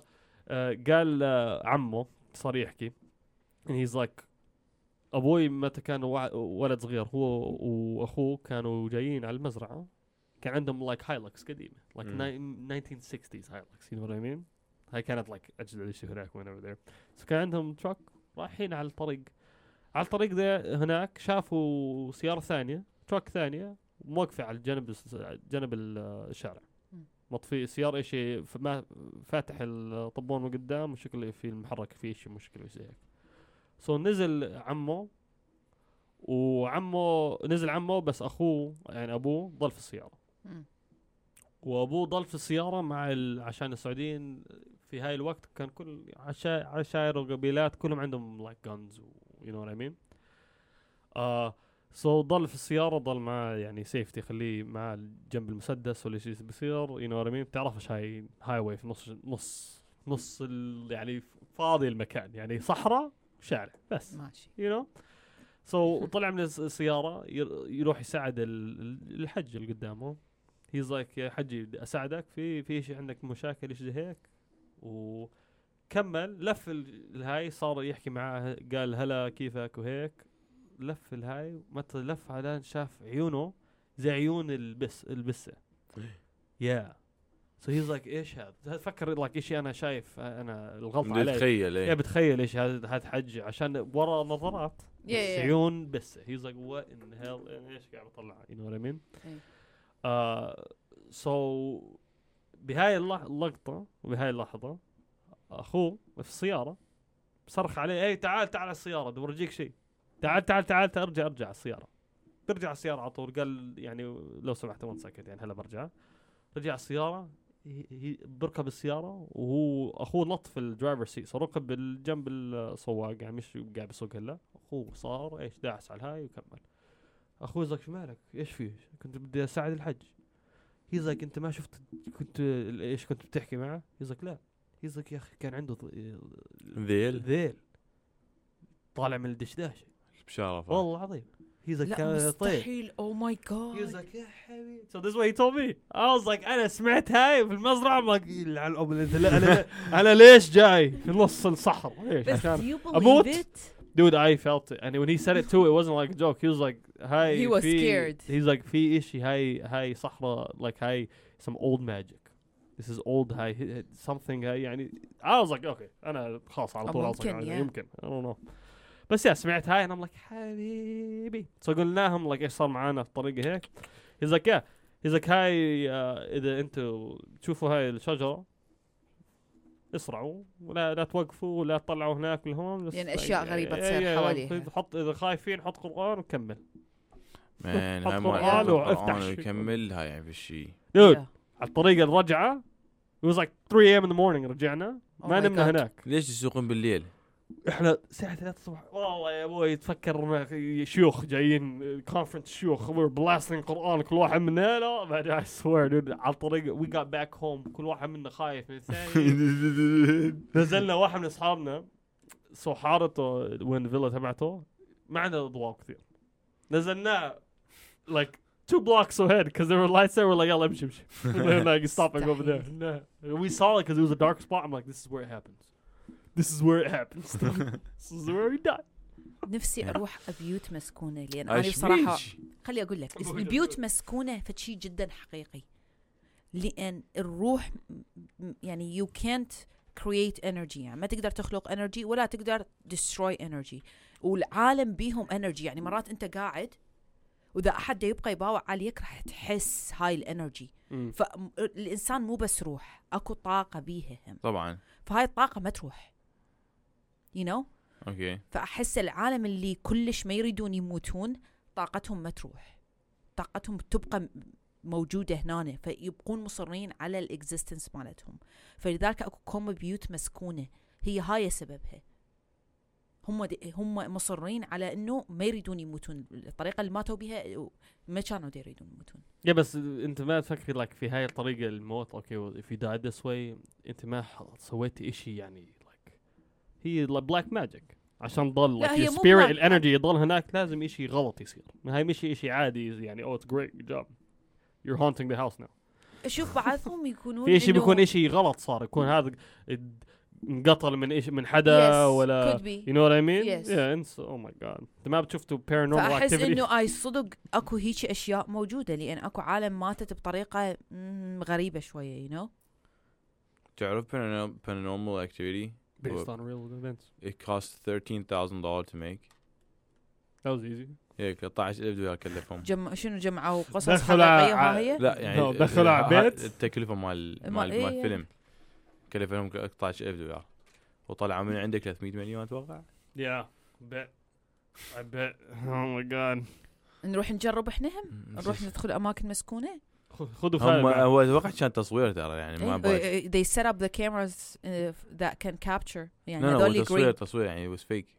Speaker 3: قال آه، عمه صار يحكي هيز لايك ابوي متى كان وع- ولد صغير هو واخوه كانوا جايين على المزرعه كان عندهم لايك هايلكس قديمه لايك
Speaker 2: مم.
Speaker 3: 1960s هايلكس يو نو وات مين هاي كانت لايك اجدد شيء هناك وين ايفر ذير سو كان عندهم تراك رايحين على الطريق على الطريق ذا هناك شافوا سياره ثانيه تراك ثانيه موقفه على الجنب جنب ال- الشارع
Speaker 4: مم.
Speaker 3: مطفي سيارة شيء ما فاتح الطبون من قدام وشكله في المحرك فيه شيء مشكلة زي هيك سو نزل عمه وعمه نزل عمه بس اخوه يعني ابوه ضل في السيارة
Speaker 4: مم.
Speaker 3: وابوه ضل في السياره مع ال... عشان السعوديين في هاي الوقت كان كل عشا... عشائر وقبيلات كلهم عندهم لايك جنز يو نو وات اي مين سو آه، ضل في السياره ضل مع يعني سيفتي خليه مع جنب المسدس ولا شيء بيصير يو نو وات اي مين بتعرفش هاي هاي واي في نص نص نص ال... يعني فاضي المكان يعني صحراء شارع بس
Speaker 4: ماشي
Speaker 3: يو نو سو طلع من الس- السياره ير- يروح يساعد ال- ال- الحج اللي قدامه هيز لايك يا حجي بدي اساعدك في في شيء عندك مشاكل ايش زي هيك وكمل لف ال- الهاي صار يحكي معاه قال هلا كيفك وهيك لف الهاي متى لف على شاف عيونه زي عيون البس البسه يا سو هيز لايك ايش هذا فكر لايك شيء انا شايف انا الغلط
Speaker 2: بدي
Speaker 3: علي
Speaker 2: اتخيل
Speaker 3: يا
Speaker 2: ايه
Speaker 3: بتخيل ايش هذا هذا حج عشان ورا نظرات
Speaker 4: Yeah, yeah,
Speaker 3: بس
Speaker 4: yeah.
Speaker 3: عيون بس هيز لايك وات ان هيل ايش يعني قاعد بطلع يو نو وات اي مين
Speaker 4: إيه.
Speaker 3: سو آه، بهاي اللح- اللقطه وبهاي اللحظه اخوه في السياره صرخ عليه اي تعال تعال على السياره بدي اورجيك شيء تعال تعال تعال تعال، ارجع ارجع على السياره برجع على السياره على طول قال يعني لو سمحت وان سكت يعني هلا برجع رجع على السياره هي- هي- بركب السياره وهو اخوه نط في الدرايفر سيت صار ركب بال- جنب السواق يعني مش قاعد بيسوق هلا اخوه صار ايش داعس على الهاي وكمل اخوه زك شو مالك ايش فيه كنت بدي اساعد الحج هيز لايك انت ما شفت كنت ال- ايش كنت بتحكي معه هيز لايك لا هيز لايك يا اخي كان عنده ض-
Speaker 2: ذيل
Speaker 3: ذيل طالع من الدشداشه
Speaker 2: بشرف
Speaker 3: والله العظيم هيز لايك
Speaker 4: لا
Speaker 3: كان طيب
Speaker 4: مستحيل Oh او ماي
Speaker 3: He was
Speaker 4: جاد
Speaker 3: like, yeah, حبيبي. So this is what he told me. I was like, انا سمعت هاي في المزرعه I'm like يلعن ام الأنت- لا- انا انا ليش جاي في نص الصحر؟ ليش؟
Speaker 4: بس
Speaker 3: عشان
Speaker 4: يو
Speaker 3: أموت؟
Speaker 4: بليف ات
Speaker 3: dude I felt it and when he said it too it wasn't like a joke. He was like هاي
Speaker 4: He was
Speaker 3: في-
Speaker 4: scared.
Speaker 3: He's like في اشي هاي هاي صحراء like هاي some old magic. This is old هاي something هاي يعني I was like okay انا خلاص على
Speaker 4: أو
Speaker 3: طول I was like, "Ah,
Speaker 4: ممكن,
Speaker 3: I-
Speaker 4: yeah.
Speaker 3: يمكن I don't know. بس يا سمعت هاي انا ام لايك حبيبي سو قلنا هم لايك ايش صار معانا في الطريقه هيك هيز لايك يا هيز لايك هاي آه، اذا انتوا تشوفوا هاي الشجره اسرعوا ولا لا توقفوا ولا تطلعوا هناك الهون بس يعني إيه،
Speaker 4: لأن يعني أشياء غريبة
Speaker 3: يا-
Speaker 4: تصير
Speaker 3: يا- يا-
Speaker 4: حواليها.
Speaker 3: حط اذا خايفين حط قران وكمل
Speaker 2: مان
Speaker 3: حط
Speaker 2: هم
Speaker 3: قرآن
Speaker 2: يحط
Speaker 3: وافتح
Speaker 2: القرآن
Speaker 3: شيء.
Speaker 2: ويكمل هاي يعني بالشيء
Speaker 3: دود على الطريق الرجعه it was like 3 a.m. in the morning رجعنا
Speaker 4: Oh
Speaker 3: ما
Speaker 4: my
Speaker 3: نمنا
Speaker 4: God.
Speaker 3: هناك
Speaker 2: ليش تسوقون بالليل؟
Speaker 3: احنا الساعه 3 الصبح والله يا ابوي تفكر ما- شيوخ جايين كونفرنس شيوخ وير بلاستنج قران كل واحد منا لا بعدين اي سوير دود على الطريق وي جات باك هوم كل واحد منا خايف من الثاني نزلنا واحد من اصحابنا سو حارته وين الفيلا تبعته ما عنده اضواء كثير نزلناه like two blocks ahead because there were lights there we're like يلا امشي امشي They're like stopping over there no. we saw it because it was a dark spot I'm like this is where it happens this is where it happens this is where we die
Speaker 4: نفسي اروح بيوت مسكونه لان انا
Speaker 2: أيش
Speaker 4: بصراحه
Speaker 2: ليش؟
Speaker 4: خلي اقول لك
Speaker 3: أبوي.
Speaker 4: البيوت مسكونه فشي جدا حقيقي لان الروح م- م- يعني يو كانت create energy يعني ما تقدر تخلق energy ولا تقدر destroy energy والعالم بيهم energy يعني مرات انت قاعد واذا احد دا يبقى يباوع عليك راح تحس هاي الانرجي فالانسان مو بس روح اكو طاقه بيها هم
Speaker 2: طبعا
Speaker 4: فهاي الطاقه ما تروح you know
Speaker 2: اوكي
Speaker 4: فأحس العالم اللي كلش ما يريدون يموتون طاقتهم ما تروح طاقتهم تبقى م- موجودة هنا فيبقون مصرين على الاكزيستنس مالتهم فلذلك اكو كوم بيوت مسكونة هي هاي سببها هم د- هم مصرين على انه ما يريدون يموتون الطريقة اللي ماتوا بها ما كانوا دا يريدون يموتون
Speaker 3: يا بس انت ما تفكر لك في هاي الطريقه الموت اوكي well, if you died this way انت ما ح- سويت اشي يعني like هي بلاك ماجيك عشان ضل
Speaker 4: لا،
Speaker 3: like
Speaker 4: هي
Speaker 3: your
Speaker 4: مو
Speaker 3: spirit
Speaker 4: black
Speaker 3: الانرجي يضل هناك لازم اشي غلط يصير هاي مش اشي عادي يعني oh it's great good job you're haunting the house now
Speaker 4: اشوف بعضهم يكونون
Speaker 3: في اشي
Speaker 4: إنه-
Speaker 3: بيكون اشي غلط صار يكون هذا اد- انقتل من اشي من حدا
Speaker 4: Yes,
Speaker 3: ولا
Speaker 4: could be.
Speaker 3: you know what I mean
Speaker 4: Yes.
Speaker 3: yeah انسى oh my god انت ما بتشوفتوا paranormal
Speaker 4: فاحس
Speaker 3: activity
Speaker 4: انه اي صدق اكو هيك اشياء موجوده لان اكو عالم ماتت بطريقه مم، غريبه شويه يو نو
Speaker 2: تعرف paranormal activity
Speaker 3: based on real events
Speaker 2: it cost $13,000 to make
Speaker 3: that was easy
Speaker 2: هيك 13000 دولار كلفهم
Speaker 4: جم... شنو جمعوا قصص
Speaker 3: دخلوا
Speaker 4: حقيقيه
Speaker 3: ع-
Speaker 4: ما هي
Speaker 2: لا يعني
Speaker 3: No, دخلوا على
Speaker 2: ه- ه-
Speaker 3: بيت.
Speaker 2: التكلفه مال
Speaker 4: ما-
Speaker 2: مال,
Speaker 4: إيه
Speaker 2: مال
Speaker 4: يعني.
Speaker 2: الفيلم كلف لهم 13000 دولار وطلعوا من عندك 300 مليون اتوقع
Speaker 3: Yeah, bet. I bet. Oh my god.
Speaker 4: نروح نجرب احنا هم نعم، نروح ندخل اماكن مسكونه
Speaker 3: خذوا
Speaker 2: هم
Speaker 3: فايل
Speaker 2: هو اتوقع كان تصوير ترى يعني ما بعرف
Speaker 4: إيه، they set up the cameras uh, that can capture يعني
Speaker 2: لا لا هو
Speaker 4: هذول
Speaker 2: تصوير
Speaker 4: green
Speaker 2: تصوير يعني was fake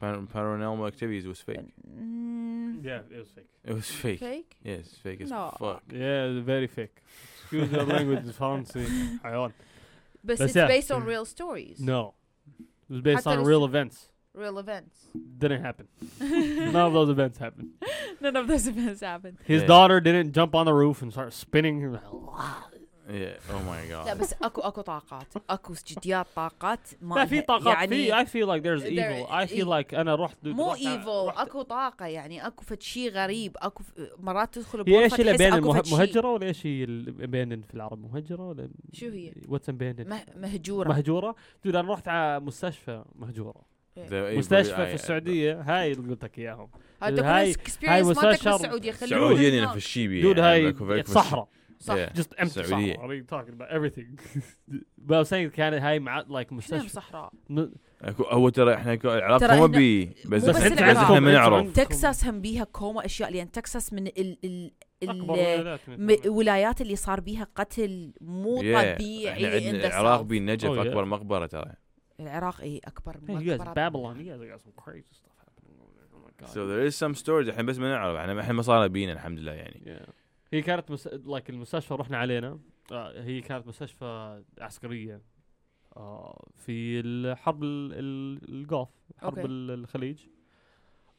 Speaker 2: paranormal activities was fake
Speaker 4: مم،
Speaker 3: Yeah, it was fake.
Speaker 2: it was fake
Speaker 4: Mm, fake
Speaker 2: yes fake as
Speaker 4: لا.
Speaker 2: fuck
Speaker 3: Yeah, very fake. Excuse your language, Fancy. حيوان.
Speaker 4: بس
Speaker 3: بس
Speaker 4: it's
Speaker 3: yeah.
Speaker 4: based on real stories
Speaker 3: No. It was based
Speaker 4: حتى
Speaker 3: on
Speaker 4: لو-
Speaker 3: real events.
Speaker 4: real events
Speaker 3: Didn't happen. None of those events happened.
Speaker 4: none of those events happened
Speaker 3: His
Speaker 2: Yeah.
Speaker 3: daughter didn't jump on the roof and start spinning.
Speaker 2: yeah oh my
Speaker 4: لا
Speaker 2: god
Speaker 4: بس اكو اكو طاقات اكو جديات طاقات ما
Speaker 3: لا في
Speaker 4: إلها-
Speaker 3: طاقات في I feel like there's
Speaker 4: There-
Speaker 3: evil. I feel like انا رحت
Speaker 4: مو
Speaker 3: رحت-
Speaker 4: ايفل
Speaker 3: رحت-
Speaker 4: اكو طاقه يعني اكو فد شي غريب اكو ف- مرات تدخل
Speaker 3: هي
Speaker 4: بغرفه
Speaker 3: ايش اللي
Speaker 4: تحس
Speaker 3: بين
Speaker 4: اكو فد شي.
Speaker 3: مهجره ولا ايش هي abandoned في العرب مهجره ولا
Speaker 4: شو هي؟
Speaker 3: واتس abandoned
Speaker 4: مه- مهجوره
Speaker 3: مهجوره دود انا رحت على مستشفى مهجوره
Speaker 2: إيه، The
Speaker 3: مستشفى
Speaker 2: able-
Speaker 3: في
Speaker 2: I-
Speaker 3: السعوديه هاي اللي قلت لك اياهم
Speaker 4: هذا
Speaker 3: هاي-
Speaker 4: كل
Speaker 3: هاي
Speaker 4: اكسبيرينس مالتك
Speaker 3: مستشعر-
Speaker 4: بالسعوديه خلونا
Speaker 2: السعوديه لنا في الشيبي
Speaker 3: دود
Speaker 2: يعني
Speaker 3: هاي
Speaker 2: ماكو فرق في
Speaker 3: صحراء
Speaker 4: صح
Speaker 2: Yeah.
Speaker 3: just empty
Speaker 2: السعودية.
Speaker 3: صحراء what are you talking about everything but I'm saying كان هاي مع like
Speaker 4: شنو
Speaker 3: مستشفى
Speaker 4: صحراء
Speaker 3: ن-
Speaker 2: اكو هو ترى احنا ك- العراق
Speaker 4: ترى
Speaker 2: ما
Speaker 4: إحنا-
Speaker 2: بي بس
Speaker 4: مو بس
Speaker 2: بس
Speaker 4: العراق.
Speaker 2: احنا ما
Speaker 3: أنتم
Speaker 2: نعرف
Speaker 3: عندكم
Speaker 4: تكساس هم بيها كوما اشياء لان تكساس من ال ال
Speaker 3: أكبر
Speaker 4: ال
Speaker 3: ولايات من-
Speaker 4: م- الولايات اللي صار بيها قتل مو
Speaker 2: Yeah.
Speaker 4: طبيعي
Speaker 2: احنا
Speaker 4: in
Speaker 2: عندنا
Speaker 4: the
Speaker 2: العراق
Speaker 4: south.
Speaker 2: بي النجف
Speaker 3: Oh, yeah.
Speaker 2: اكبر مقبره ترى
Speaker 4: العراق اي اكبر
Speaker 3: Hey, you guys
Speaker 4: مقبرة.
Speaker 3: Babylon you guys got some crazy stuff happening over there oh my god
Speaker 2: So there is some stories احنا بس ما نعرف احنا احنا ما صار بينا الحمد لله يعني
Speaker 3: Yeah. هي كانت مس... like المستشفى رحنا علينا آه، هي كانت مستشفى عسكريه آه، في الحرب ال- ال- الجولف حرب
Speaker 4: أوكي.
Speaker 3: ال- الخليج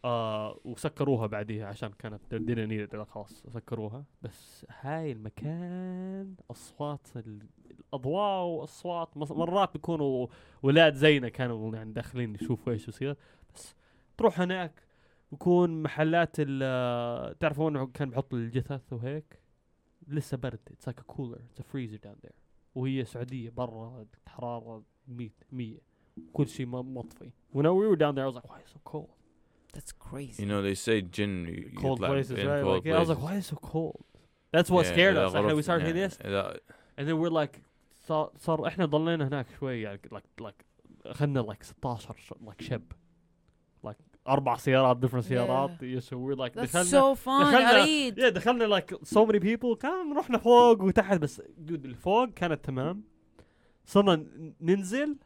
Speaker 3: آه وسكروها بعديها عشان كانت الدنيا نيرة خلاص سكروها بس هاي المكان اصوات ال- الاضواء واصوات مص- مرات بيكونوا ولاد زينا كانوا يعني داخلين يشوفوا ايش يصير بس تروح هناك يكون محلات ال تعرفون كان بحط الجثث وهيك لسه برد اتس لايك كولر اتس فريزر داون ذير وهي سعوديه برا الحراره 100 100 كل شيء ما- مطفي when we were down there I was like why is it so cold
Speaker 4: That's crazy.
Speaker 2: You know they say gin you- you
Speaker 3: cold
Speaker 2: يطلع
Speaker 3: places
Speaker 2: in
Speaker 3: right
Speaker 2: cold
Speaker 3: like, yeah, I was like
Speaker 2: places.
Speaker 3: why is it so cold that's what
Speaker 2: Yeah,
Speaker 3: scared
Speaker 2: إذا
Speaker 3: us like, we
Speaker 2: غرفت-
Speaker 3: started
Speaker 2: yeah,
Speaker 3: this
Speaker 2: إذا-
Speaker 3: and then we're like صار, صار احنا ضلينا هناك شوي يعني like like اخذنا like 16 ش- like شب like اربع سيارات different سيارات yeah. so we're like
Speaker 4: That's
Speaker 3: دخلنا
Speaker 4: so fun.
Speaker 3: دخلنا-
Speaker 4: اريد
Speaker 3: يا دخلنا لايك سو ماني بيبل كان رحنا فوق وتحت بس دود الفوق كانت تمام صرنا ن- ننزل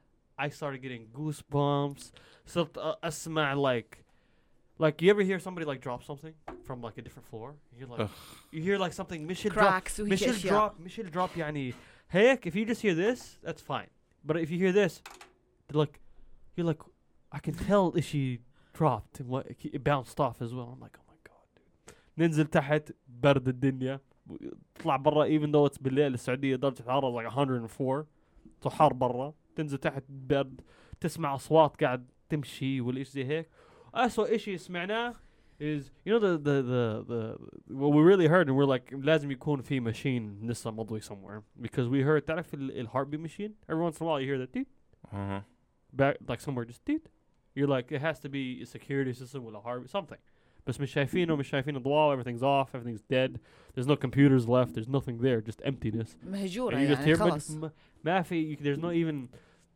Speaker 3: I started getting goosebumps صرت أ- اسمع like like you ever hear somebody like drop something from like a different floor you hear like you hear like something Michelle drop
Speaker 4: cracks وهيك
Speaker 3: Michelle
Speaker 4: اشياء.
Speaker 3: drop Michelle drop يعني هيك if you just hear this that's fine but if you hear this like you're like I can tell if she dropped and what it bounced off as well I'm like oh my god ننزل تحت برد الدنيا تطلع برا even though it's بالليل السعودية درجة الحرارة like 104 تو حار برا تنزل تحت برد تسمع أصوات قاعد تمشي والإيش زي هيك أسوأ إشي سمعناه is you know the the the, the what we really heard and we're like لازم يكون في machine لسه مضوي somewhere because we heard تعرف ال, ال heartbeat machine every once in a while you hear that deep
Speaker 2: Uh-huh.
Speaker 3: back like somewhere just deep you're like it has to be a security system with a heartbeat something بس مش شايفينه مش شايفين الضوء everything's off everything's dead there's no computers left there's nothing there just emptiness
Speaker 4: مهجوره
Speaker 3: And you just
Speaker 4: يعني
Speaker 3: hear
Speaker 4: خلص.
Speaker 3: ما, ما في you, there's no even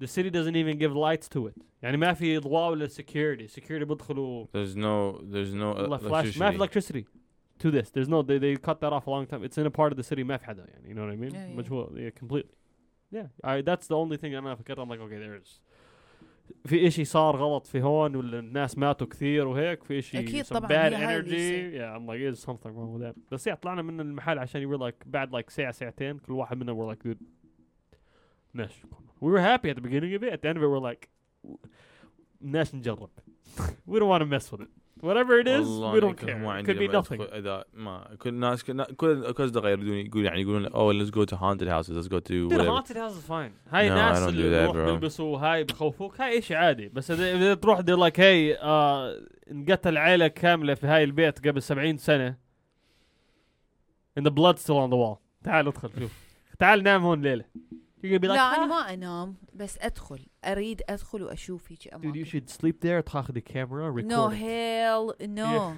Speaker 3: the city doesn't even give lights to it يعني ما في ضوء ولا security security بيدخلوا
Speaker 2: There's no there's no
Speaker 3: لا flash ما في
Speaker 2: uh, electricity.
Speaker 3: electricity to this there's no they, they cut that off a long time it's in a part of the city ما في حدا يعني you know what I mean
Speaker 4: Yeah, yeah.
Speaker 3: مجهول yeah, completely yeah I, that's the only thing أنا فكرت I'm like okay there's في إشي صار غلط في هون ولا الناس ماتوا كثير وهيك في إشي
Speaker 4: أكيد
Speaker 3: some
Speaker 4: طبعاً،
Speaker 3: bad
Speaker 4: هي هاي اللي
Speaker 3: energy yeah I'm like there's something wrong with that بس yeah طلعنا من المحل عشان we were like بعد like ساعة ساعتين كل واحد منا we're like dude بدناش we were happy at the beginning of it at the end of it we're like بدناش نجرب we don't want to mess with it whatever it is
Speaker 2: والله
Speaker 3: we don't
Speaker 2: أنا كان
Speaker 3: care
Speaker 2: ما
Speaker 3: it
Speaker 2: عندي
Speaker 3: could be
Speaker 2: لما
Speaker 3: nothing
Speaker 2: أدخل- اذا ما كل الناس كل كل كل اصدقائي يردون يقول يعني يقولون oh let's go to haunted houses let's go to
Speaker 3: Dude,
Speaker 2: whatever.
Speaker 3: haunted house is fine. هاي
Speaker 2: No, I
Speaker 3: ناس
Speaker 2: don't do
Speaker 3: اللي
Speaker 2: that,
Speaker 3: يروح
Speaker 2: bro.
Speaker 3: بيلبسوا هاي بخوفوك هاي شيء عادي بس إذا- اذا تروح دي لايك هي آه، انقتل عيلة كاملة في هاي البيت قبل 70 سنة and the blood's still on the wall تعال ادخل شوف تعال نام هون ليلة You're gonna be like
Speaker 4: لا انا
Speaker 3: "Ah."
Speaker 4: ما انام بس ادخل اريد ادخل واشوف هيك
Speaker 3: Dude you
Speaker 4: اماكن
Speaker 3: should sleep there تاخذ الكاميرا
Speaker 4: نو
Speaker 3: record it.
Speaker 4: هيل نو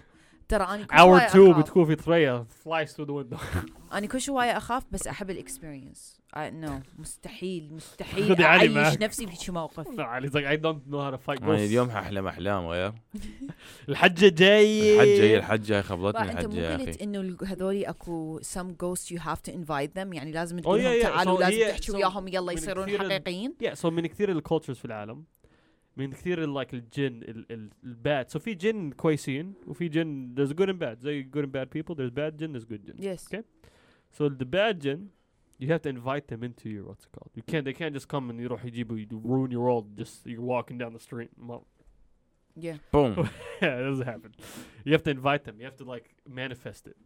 Speaker 4: ترى انا كل
Speaker 3: hour
Speaker 4: شوي
Speaker 3: 2
Speaker 4: أخاف.
Speaker 3: بتكون في ثريا flies through the window
Speaker 4: انا كل شوي اخاف بس احب الاكسبيرينس نو مستحيل مستحيل
Speaker 3: خذي علي معك.
Speaker 4: اعيش نفسي بهيك موقف
Speaker 3: No, Ali's like I don't know how to fight
Speaker 2: يعني
Speaker 3: ghosts."
Speaker 2: اليوم احلم احلام غير
Speaker 3: الحجة جاي
Speaker 2: الحجه هي الحجه هي خبلتني
Speaker 4: انت
Speaker 2: الحجه يا اخي
Speaker 4: ممكن انه ال- هذولي اكو some ghosts you have to invite them يعني لازم
Speaker 3: Oh,
Speaker 4: تقول
Speaker 3: yeah,
Speaker 4: لهم
Speaker 3: yeah.
Speaker 4: تعالوا
Speaker 3: So
Speaker 4: لازم
Speaker 3: هي-
Speaker 4: تحكي
Speaker 3: so
Speaker 4: وياهم يلا
Speaker 3: من
Speaker 4: يصيرون
Speaker 3: كثير ال-
Speaker 4: حقيقيين
Speaker 3: yeah, so من كثير الكولتشرز في العالم من كثير ال- like الجن ال- ال- الباد so في جن كويسين وفي جن there's good and bad زي good and bad people there's bad jinn there's good jinn
Speaker 4: يس
Speaker 3: Okay. so the bad jinn you have to invite them into your what's it called you can't they can't just come and يروح يجيبوا you ruin your world just you're walking down the street well,
Speaker 4: yeah
Speaker 2: بوم
Speaker 3: yeah it doesn't happen you have to invite them you have to like manifest it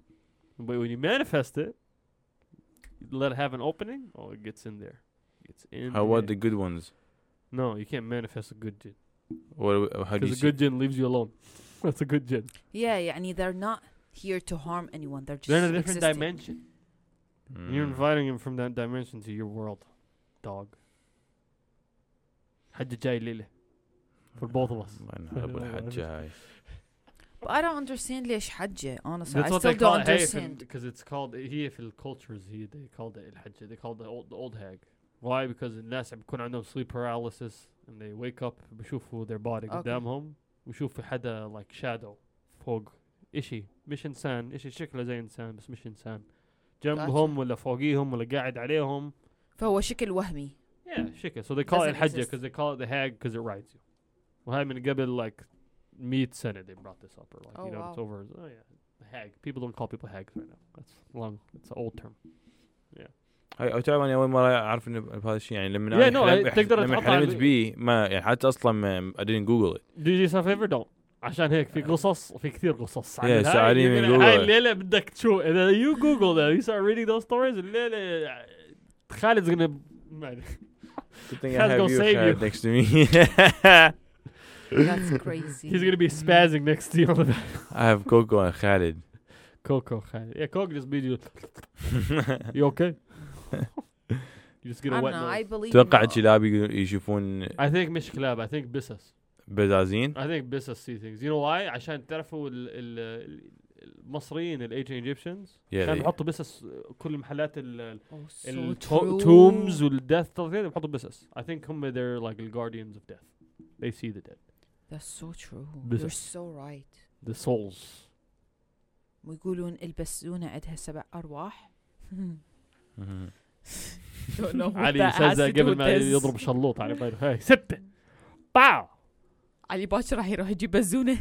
Speaker 3: but when you manifest it you let it have an opening oh it gets in there it's in
Speaker 2: how about
Speaker 3: there.
Speaker 2: the good ones
Speaker 3: no you can't manifest a good jinn
Speaker 2: What- how do you
Speaker 3: Because a
Speaker 2: see
Speaker 3: good gin leaves you alone. That's a good gin.
Speaker 4: yeah يعني they're not here to harm anyone they're just
Speaker 3: They're in a different
Speaker 4: existing.
Speaker 3: dimension.
Speaker 2: Mm.
Speaker 3: You're inviting him from that dimension to your world, dog. حد جاي ليلة. For both of us.
Speaker 2: الله ينحب الحجه هاي
Speaker 4: But I don't understand ليش حجة honestly
Speaker 3: That's
Speaker 4: I
Speaker 3: what
Speaker 4: still
Speaker 3: they call
Speaker 4: don't
Speaker 3: it. Hey, if
Speaker 4: understand
Speaker 3: it- because it's called here في cultures here they called it الحجة. They called the old the old hag. Why? Because الناس بيكون عندهم sleep paralysis and they wake up بيشوفوا their body
Speaker 4: Okay.
Speaker 3: قدامهم ويشوفوا حدا like shadow فوق إشي مش إنسان إشي شكله زي إنسان بس مش إنسان جنبهم ولا فوقيهم ولا قاعد عليهم
Speaker 4: فهو شكل وهمي
Speaker 3: Yeah, shika. So they call it
Speaker 4: Doesn't
Speaker 3: الحجة
Speaker 4: exist.
Speaker 3: because they call it the hag because it rides you. Well, I mean, Gabil, like, meat Senate, they brought this up. Or, like,
Speaker 4: Oh,
Speaker 3: you know, it's
Speaker 4: wow.
Speaker 3: over. Oh, yeah. the Hag. People don't call people hags right now. That's long. That's an old term.
Speaker 2: هاي أو تعرف انا اول مره اعرف انه بهذا الشيء يعني لما
Speaker 3: Yeah,
Speaker 2: انا
Speaker 3: no,
Speaker 2: حلم-
Speaker 3: I- تقدر
Speaker 2: لما
Speaker 3: تحطها على-
Speaker 2: حلمت بيه ما يعني حتى اصلا ما I didn't google it
Speaker 3: Do yourself a favor? Don't. عشان
Speaker 4: Uh,
Speaker 3: هيك في قصص في كثير قصص عن
Speaker 2: Yeah,
Speaker 3: الهاي.
Speaker 2: so I didn't
Speaker 3: You're
Speaker 2: even
Speaker 3: gonna-
Speaker 2: Google
Speaker 3: هاي
Speaker 2: it.
Speaker 3: الليلة بدك تشوف إذا you Google that you start reading those stories الليلة خالد's gonna ما أدري.
Speaker 2: Good thing I
Speaker 3: Khaled
Speaker 2: have
Speaker 3: gonna
Speaker 2: you
Speaker 3: save
Speaker 2: Khaled
Speaker 3: you.
Speaker 2: next to me
Speaker 4: that's crazy
Speaker 3: he's gonna be spazzing next to you on the back.
Speaker 2: I have Coco and Khaled
Speaker 3: Coco خالد yeah Coco just be you you okay You just
Speaker 4: I
Speaker 3: get a
Speaker 4: don't
Speaker 3: wet
Speaker 4: know. I
Speaker 3: nose.
Speaker 4: believe
Speaker 2: توقع
Speaker 4: in-
Speaker 2: الكلاب يقدر- يشوفون
Speaker 3: I think مش كلاب. I think بسس.
Speaker 2: بزازين
Speaker 3: I think بسس see things. You know why? عشان تعرفوا ال ال ال- المصريين الايجن ايجيبشنز
Speaker 2: Yeah,
Speaker 3: كانوا
Speaker 2: they-
Speaker 3: يحطوا بسس كل محلات ال
Speaker 4: Oh, so true.
Speaker 3: التومز والديث يحطوا بسس. I think هم they're like the guardians of death. They see the dead.
Speaker 4: That's so true. You're
Speaker 3: بزس.
Speaker 4: so right.
Speaker 3: The souls.
Speaker 4: ويقولون البسونة عندها سبع أرواح.
Speaker 2: مهم.
Speaker 4: Don't know what
Speaker 3: علي
Speaker 4: that has
Speaker 3: سزة
Speaker 4: to do
Speaker 3: قبل
Speaker 4: with
Speaker 3: ما
Speaker 4: this.
Speaker 3: يضرب شلوط على باله هاي ستة باو
Speaker 4: علي باكر راح يروح يجيب بزونة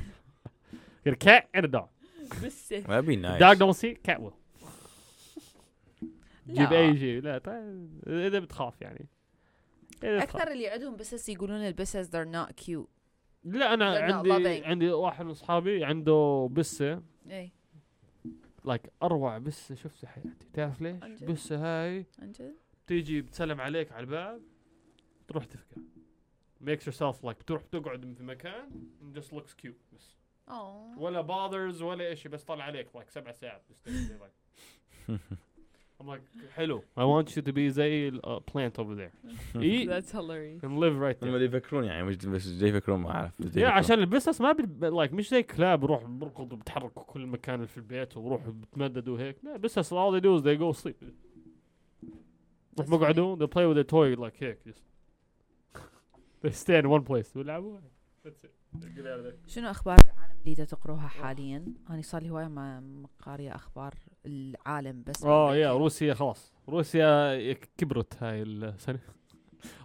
Speaker 3: Get a cat and a dog.
Speaker 4: بس
Speaker 2: That'd be
Speaker 3: Dog
Speaker 2: nice.
Speaker 3: don't see, cat will. جيب
Speaker 4: لا.
Speaker 3: اي شيء لا تع- اذا بتخاف يعني اذا
Speaker 4: أكثر
Speaker 3: بتخاف
Speaker 4: اللي عندهم بسس يقولون البسس they're not cute.
Speaker 3: لا انا
Speaker 4: they're not
Speaker 3: عندي
Speaker 4: loving.
Speaker 3: عندي واحد من اصحابي عنده بسه
Speaker 4: إيه
Speaker 3: لايك اروع بسه شفتها حياتي تعرف ليش؟
Speaker 4: عن جد؟
Speaker 3: بسه هاي
Speaker 4: عن جد؟
Speaker 3: بتيجي بتسلم عليك على الباب تروح تفكر makes yourself like بتروح تقعد في مكان and just looks cute بس
Speaker 4: أوه.
Speaker 3: ولا باذرز ولا شيء بس طلع عليك like سبع ساعات بس تقعد like. I'm like حلو I want you to be زي ال uh, plant over there eat
Speaker 4: That's hilarious.
Speaker 3: and live
Speaker 2: هم
Speaker 3: right there
Speaker 2: اللي يفكرون يعني مش بس جاي يفكرون ما اعرف بس جاي
Speaker 3: يا
Speaker 2: يفكرون.
Speaker 3: عشان البزنس ما بال like مش زي كلاب روح بركض وبتحرك كل مكان اللي في البيت وروح بتمددوا هيك لا بزنس all they do is they go sleep روح
Speaker 4: That's
Speaker 3: بقعدوا they play with their toy like هيك just they stay in one place ويلعبوا that's it Get out of there.
Speaker 4: شنو اخبار العالم اللي دا تقروها حاليا؟ انا صار لي هوايه ما ما قاريه اخبار العالم بس
Speaker 3: اه
Speaker 4: بالأمريكي.
Speaker 3: يا روسيا خلاص روسيا كبرت هاي السنه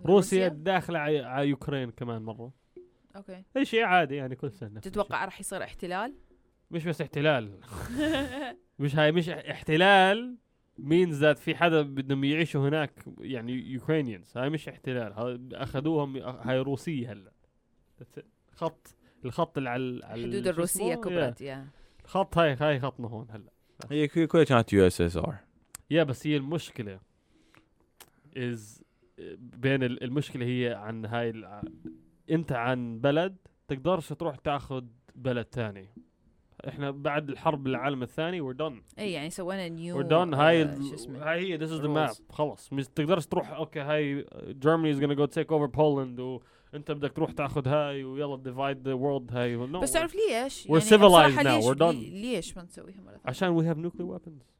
Speaker 3: روسيا داخله على على يوكرين كمان مره
Speaker 4: اوكي
Speaker 3: اي شيء عادي يعني كل سنه نفس الشيء.
Speaker 4: تتوقع راح يصير احتلال؟
Speaker 3: مش بس احتلال مش هاي مش اح- احتلال مينز ذات في حدا بدهم يعيشوا هناك يعني يوكرينيانز هاي مش احتلال هاي اخذوهم هاي روسيه هلا That's it. خط الخط اللي على ال- على ال-
Speaker 4: الحدود
Speaker 3: شو
Speaker 4: الروسيه
Speaker 3: اسمه؟ يا.
Speaker 4: كبرت يا
Speaker 3: خط هاي هاي خطنا هون هلا
Speaker 2: هي كل- كلها كانت يو اس اس ار
Speaker 3: يا بس هي المشكله از بين ال- المشكله هي عن هاي ال- انت عن بلد تقدرش تروح تاخذ بلد ثاني احنا بعد الحرب العالم الثاني we're done
Speaker 4: اي يعني سوينا نيو
Speaker 3: we're done هاي ال-
Speaker 4: شو اسمه
Speaker 3: هاي هي this is the
Speaker 4: rules.
Speaker 3: map خلص مش تقدرش تروح اوكي هاي Germany is gonna go take over Poland وانت بدك تروح تاخذ هاي ويلا divide the world هاي no,
Speaker 4: بس تعرف ليش؟ يعني
Speaker 3: we're civilized
Speaker 4: بصراحة
Speaker 3: now,
Speaker 4: ليش-
Speaker 3: we're done.
Speaker 4: لي- ليش ما نسويها مره ثانيه؟
Speaker 3: عشان we have nuclear weapons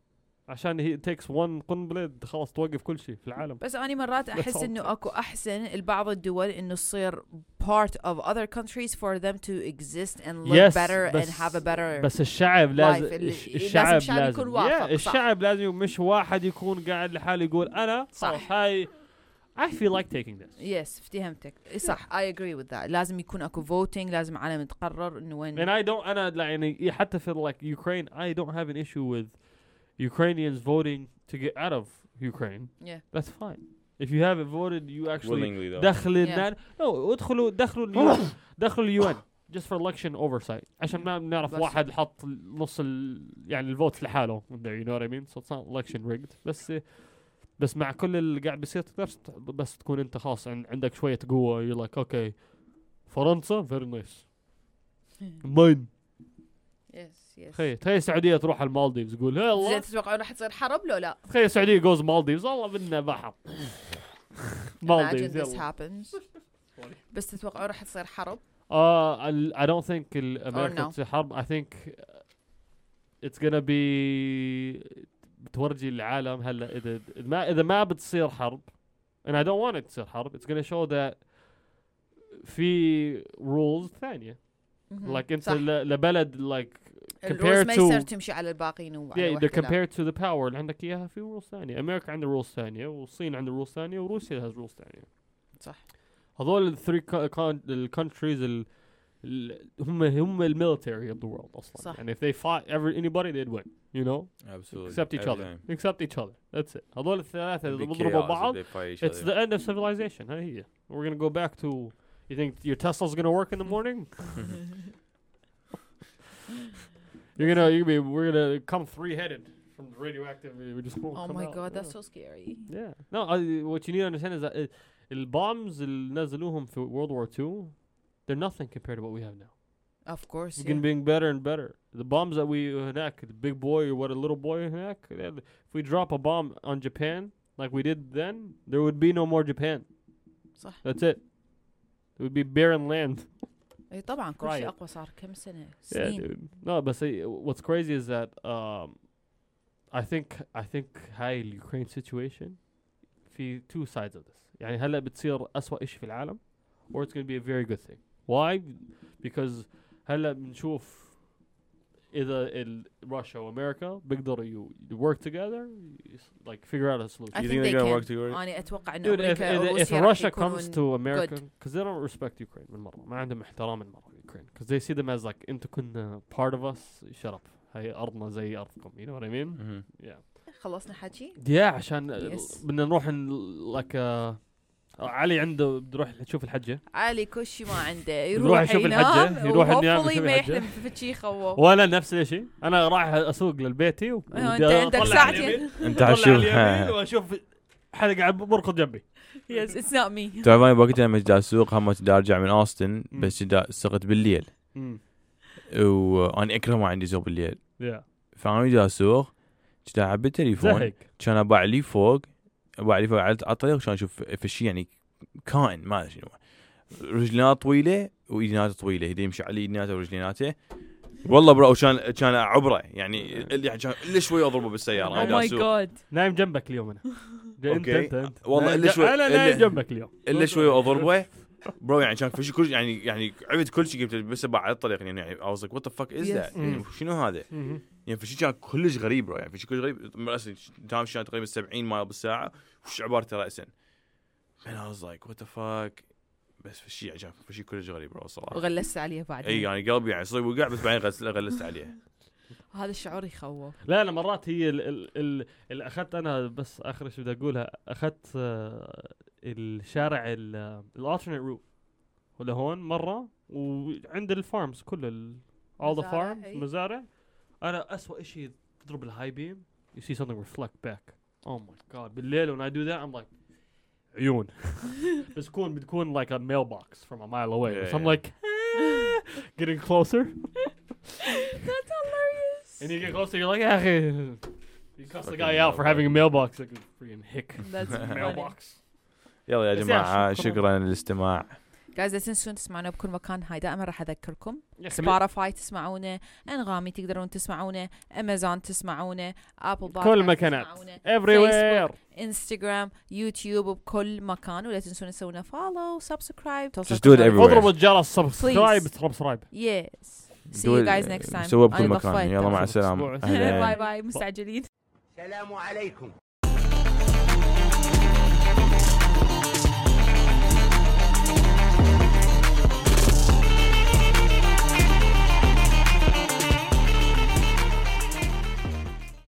Speaker 3: عشان هي it takes one قنبله خلاص توقف كل شيء في العالم
Speaker 4: بس اني مرات احس
Speaker 3: all
Speaker 4: انه اكو احسن لبعض الدول انه تصير part of other countries for them to exist and live
Speaker 3: Yes,
Speaker 4: better and
Speaker 3: بس-
Speaker 4: have a better
Speaker 3: بس الشعب لازم
Speaker 4: ال-
Speaker 3: الش-
Speaker 4: لازم
Speaker 3: الشعب
Speaker 4: الشعب
Speaker 3: لازم
Speaker 4: يكون واثق،
Speaker 3: Yeah،
Speaker 4: صح.
Speaker 3: الشعب لازم مش واحد يكون قاعد لحاله يقول انا
Speaker 4: صح.
Speaker 3: خلاص هاي I feel like taking this
Speaker 4: يس افتهمتك صح اي اجري وذ ذات لازم يكون اكو فوتينج لازم عالم تقرر انه
Speaker 3: and
Speaker 4: وين
Speaker 3: I don't انا لا يعني حتى في like Ukraine I don't have an issue with Ukrainians voting to get out of Ukraine
Speaker 4: Yeah.
Speaker 3: that's fine if you haven't voted you actually
Speaker 2: willingly though
Speaker 3: دخل النار no ادخلوا دخلوا اليو دخلوا اليو ان just for election oversight عشان ما بنعرف
Speaker 4: بس.
Speaker 3: واحد حط نص ال يعني الفوت لحاله in there you know what I mean so it's not election rigged بس بس مع كل اللي قاعد بيصير تقدر ت- بس تكون انت خاص عن- عندك شوية قوة you're like okay فرنسا very nice مين
Speaker 4: يس يس
Speaker 3: تخيل تخيل السعودية تروح على المالديفز تقول
Speaker 4: زين
Speaker 3: يلا
Speaker 4: تتوقعون راح تصير حرب لو لا؟
Speaker 3: تخيل السعودية جوز مالديفز والله بدنا بحر
Speaker 4: Imagine
Speaker 3: مالديفز
Speaker 4: this
Speaker 3: يلا
Speaker 4: happens بس تتوقعون راح تصير حرب؟
Speaker 3: Uh, I, I don't think ال-
Speaker 4: Oh, no.
Speaker 3: America تصير حرب. I think uh, it's gonna be بتورجي العالم هلا اذا إذا ما اذا ما بتصير حرب and I don't want it تصير حرب it's gonna show that في rules ثانية
Speaker 4: مهم.
Speaker 3: like انت
Speaker 4: صح.
Speaker 3: ل- لبلد like
Speaker 4: الروز
Speaker 3: compared
Speaker 4: ما
Speaker 3: to-
Speaker 4: يصير تمشي على الباقيين وعلى
Speaker 3: yeah
Speaker 4: وحدة
Speaker 3: they're
Speaker 4: لا.
Speaker 3: compared to the power اللي عندك اياها في rules ثانية امريكا عندها rules ثانية والصين عندها rules ثانية وروسيا has rules ثانية
Speaker 4: صح
Speaker 3: هذول الثري الكونتريز ال ال- هم هم الميلتري اوف ذا وورلد اصلا
Speaker 4: صح.
Speaker 3: صح. يعني if they fought every, anybody they'd win you know
Speaker 2: Absolutely.
Speaker 3: except each
Speaker 2: Every
Speaker 3: other
Speaker 2: time.
Speaker 3: except each other that's it هذول الثلاثه
Speaker 2: It'd
Speaker 3: اللي
Speaker 2: be
Speaker 3: بيضربوا
Speaker 2: chaos if
Speaker 3: بعض
Speaker 2: they fight each
Speaker 3: it's
Speaker 2: other.
Speaker 3: the end of civilization هاي هي we're gonna go back to you think your Tesla's gonna work in the morning you're gonna you're gonna be we're gonna come three headed from the radioactive we just won't
Speaker 4: Oh
Speaker 3: come
Speaker 4: my
Speaker 3: out.
Speaker 4: god
Speaker 3: Yeah.
Speaker 4: that's so scary
Speaker 3: Yeah. No, I, what you need to understand is that uh, البوmbs اللي نزلوهم في World War II, they're nothing compared to what we have now.
Speaker 4: of course
Speaker 3: It's
Speaker 4: yeah.
Speaker 3: going to be better and better. The bombs uh, that we هناك, the big boy or what a little boy هناك, yeah, if we drop a bomb on Japan, like we did then, there would be no more Japan.
Speaker 4: صح
Speaker 3: That's it. It would be barren land.
Speaker 4: اي طبعا كل شيء
Speaker 3: Right.
Speaker 4: اقوى صار كم سنه
Speaker 3: Yeah,
Speaker 4: سنين
Speaker 3: dude. No, but see, what's crazy is that um, I think I think هاي ال Ukraine situation في two sides of this. يعني هلا بتصير أسوأ إشي في العالم or it's going to be a very good thing. Why? Because هلا بنشوف إذا ال Russia وأمريكا بيقدروا you, you work together يس- like figure out a solution.
Speaker 4: I
Speaker 2: You think
Speaker 4: think
Speaker 2: they're
Speaker 4: they
Speaker 2: gonna
Speaker 4: can.
Speaker 2: work together?
Speaker 4: انا اتوقع انه
Speaker 3: Dude, if,
Speaker 4: امريكا
Speaker 3: if, if
Speaker 4: وروسيا راح
Speaker 3: Russia comes
Speaker 4: يكونون-
Speaker 3: to America, because they don't respect Ukraine من مرة, ما عندهم احترام من مرة Ukraine, because they see them as like انتوا كنا part of us, shut up, هي أرضنا زي أرضكم, you know what I mean?
Speaker 2: مهم.
Speaker 3: Yeah.
Speaker 4: خلصنا حكي
Speaker 3: Yeah, عشان
Speaker 4: Yes.
Speaker 3: بدنا نروح ن- like uh, علي عنده بده يروح يشوف الحجة.
Speaker 4: علي كل شيء ما عنده
Speaker 3: يروح
Speaker 4: يروح
Speaker 3: يشوف
Speaker 4: ينام
Speaker 3: الحجة، يروح ينام
Speaker 4: وhopefully
Speaker 3: يشوف
Speaker 4: ما
Speaker 3: الحجة.
Speaker 4: يحلم في شيء خوف
Speaker 3: وأنا نفس الشيء, أنا رايح أسوق للبيتي و-
Speaker 4: انت
Speaker 3: وبدي
Speaker 4: آه، عندك
Speaker 3: أطلع على اليمين-
Speaker 4: ساعتين
Speaker 2: انت
Speaker 3: أطلع على
Speaker 2: عشوف
Speaker 3: اليمين وأشوف حدا قاعد بركض جنبي.
Speaker 4: يس اتس نوت مي
Speaker 2: تعرف انا وقتها لما جدا اسوق هم جدا ارجع من اوستن
Speaker 3: مم.
Speaker 2: بس جدا سقت بالليل وانا اكره ما عندي سوق بالليل
Speaker 3: Yeah.
Speaker 2: فانا جدا اسوق جدا عبي التليفون
Speaker 3: زهق.
Speaker 2: كان اباع لي فوق اباع لي فوق على على الطريق كان اشوف فشي يعني كائن ما ادري شنو رجلينات طويله وايدينات طويله هدي يمشي علي ايديناته ورجليناته والله برو كان كان اعبره يعني اللي كان الا شوي اضربه بالسياره
Speaker 4: او
Speaker 2: أنا
Speaker 4: ماي
Speaker 2: أسوق.
Speaker 4: جاد
Speaker 3: نايم جنبك اليوم انا انت
Speaker 2: أوكي.
Speaker 3: انت انت
Speaker 2: والله
Speaker 3: نايم
Speaker 2: إلا
Speaker 3: جن-
Speaker 2: شوي-
Speaker 3: انا
Speaker 2: إلا-
Speaker 3: نايم جنبك اليوم
Speaker 2: الا شوي اضربه برو يعني كان في شي كل يعني يعني عبت كل شيء قلت بس أبا على الطريق يعني يعني I was like what the fuck is
Speaker 4: Yes.
Speaker 2: that يعني شنو هذا
Speaker 3: مهم.
Speaker 2: يعني في شيء كان كلش غريب برو يعني في شيء كلش غريب راسي دام كان تقريبا 70 مايل بالساعه وش عبارته راسا and I was like what the fuck بس في شيء عجب في شيء كلش غريب برو صراحه
Speaker 4: وغلست عليه بعد
Speaker 3: إيه.
Speaker 2: اي يعني قلبي يعني صدق وقع بس بعدين غسل- غلست عليه
Speaker 4: هذا الشعور يخوف
Speaker 3: لا انا مرات هي ال- ال- ال- اللي اخذت انا بس اخر شيء بدي اقولها اخذت آه، الشارع آه، الالترنت روت ولهون مره وعند الفارمز كل ال- all the
Speaker 4: مزارع،
Speaker 3: farms
Speaker 4: أي.
Speaker 3: مزارع انا اسوء شيء تضرب الهاي بيم you see something reflect back oh my god بالليل when I do that I'm like عيون بس تكون بتكون like a mailbox from a mile away
Speaker 2: Yeah,
Speaker 3: so I'm
Speaker 2: yeah.
Speaker 3: like getting closer
Speaker 4: That's hilarious.
Speaker 3: And you get closer, you're like, ah, you cuss the
Speaker 2: Fucking
Speaker 3: guy out for having a mailbox like a freaking hick.
Speaker 4: That's funny.
Speaker 3: mailbox.
Speaker 2: يلا يا
Speaker 3: بس يا
Speaker 2: جماعه
Speaker 3: شكراً.
Speaker 2: شكرا للاستماع
Speaker 4: جايز لا تنسون تسمعونا بكل مكان هاي دائما راح اذكركم
Speaker 3: يا أخي
Speaker 4: سبوتيفاي تسمعونا انغامي تقدرون تسمعونا امازون تسمعونا ابل
Speaker 3: كل مكانات everywhere
Speaker 4: انستغرام يوتيوب بكل مكان ولا تنسون تسوون فولو سبسكرايب
Speaker 2: Just do it everywhere.
Speaker 3: اضربوا الجرس سبسكرايب
Speaker 4: Please.
Speaker 3: سبسكرايب
Speaker 4: يس سي
Speaker 2: دول-
Speaker 4: يو جايز نكست تايم
Speaker 2: سووها بكل مكان يلا مع السلامه
Speaker 3: أسبوع.
Speaker 2: أهلاً.
Speaker 4: باي باي مستعجلين
Speaker 1: سلام عليكم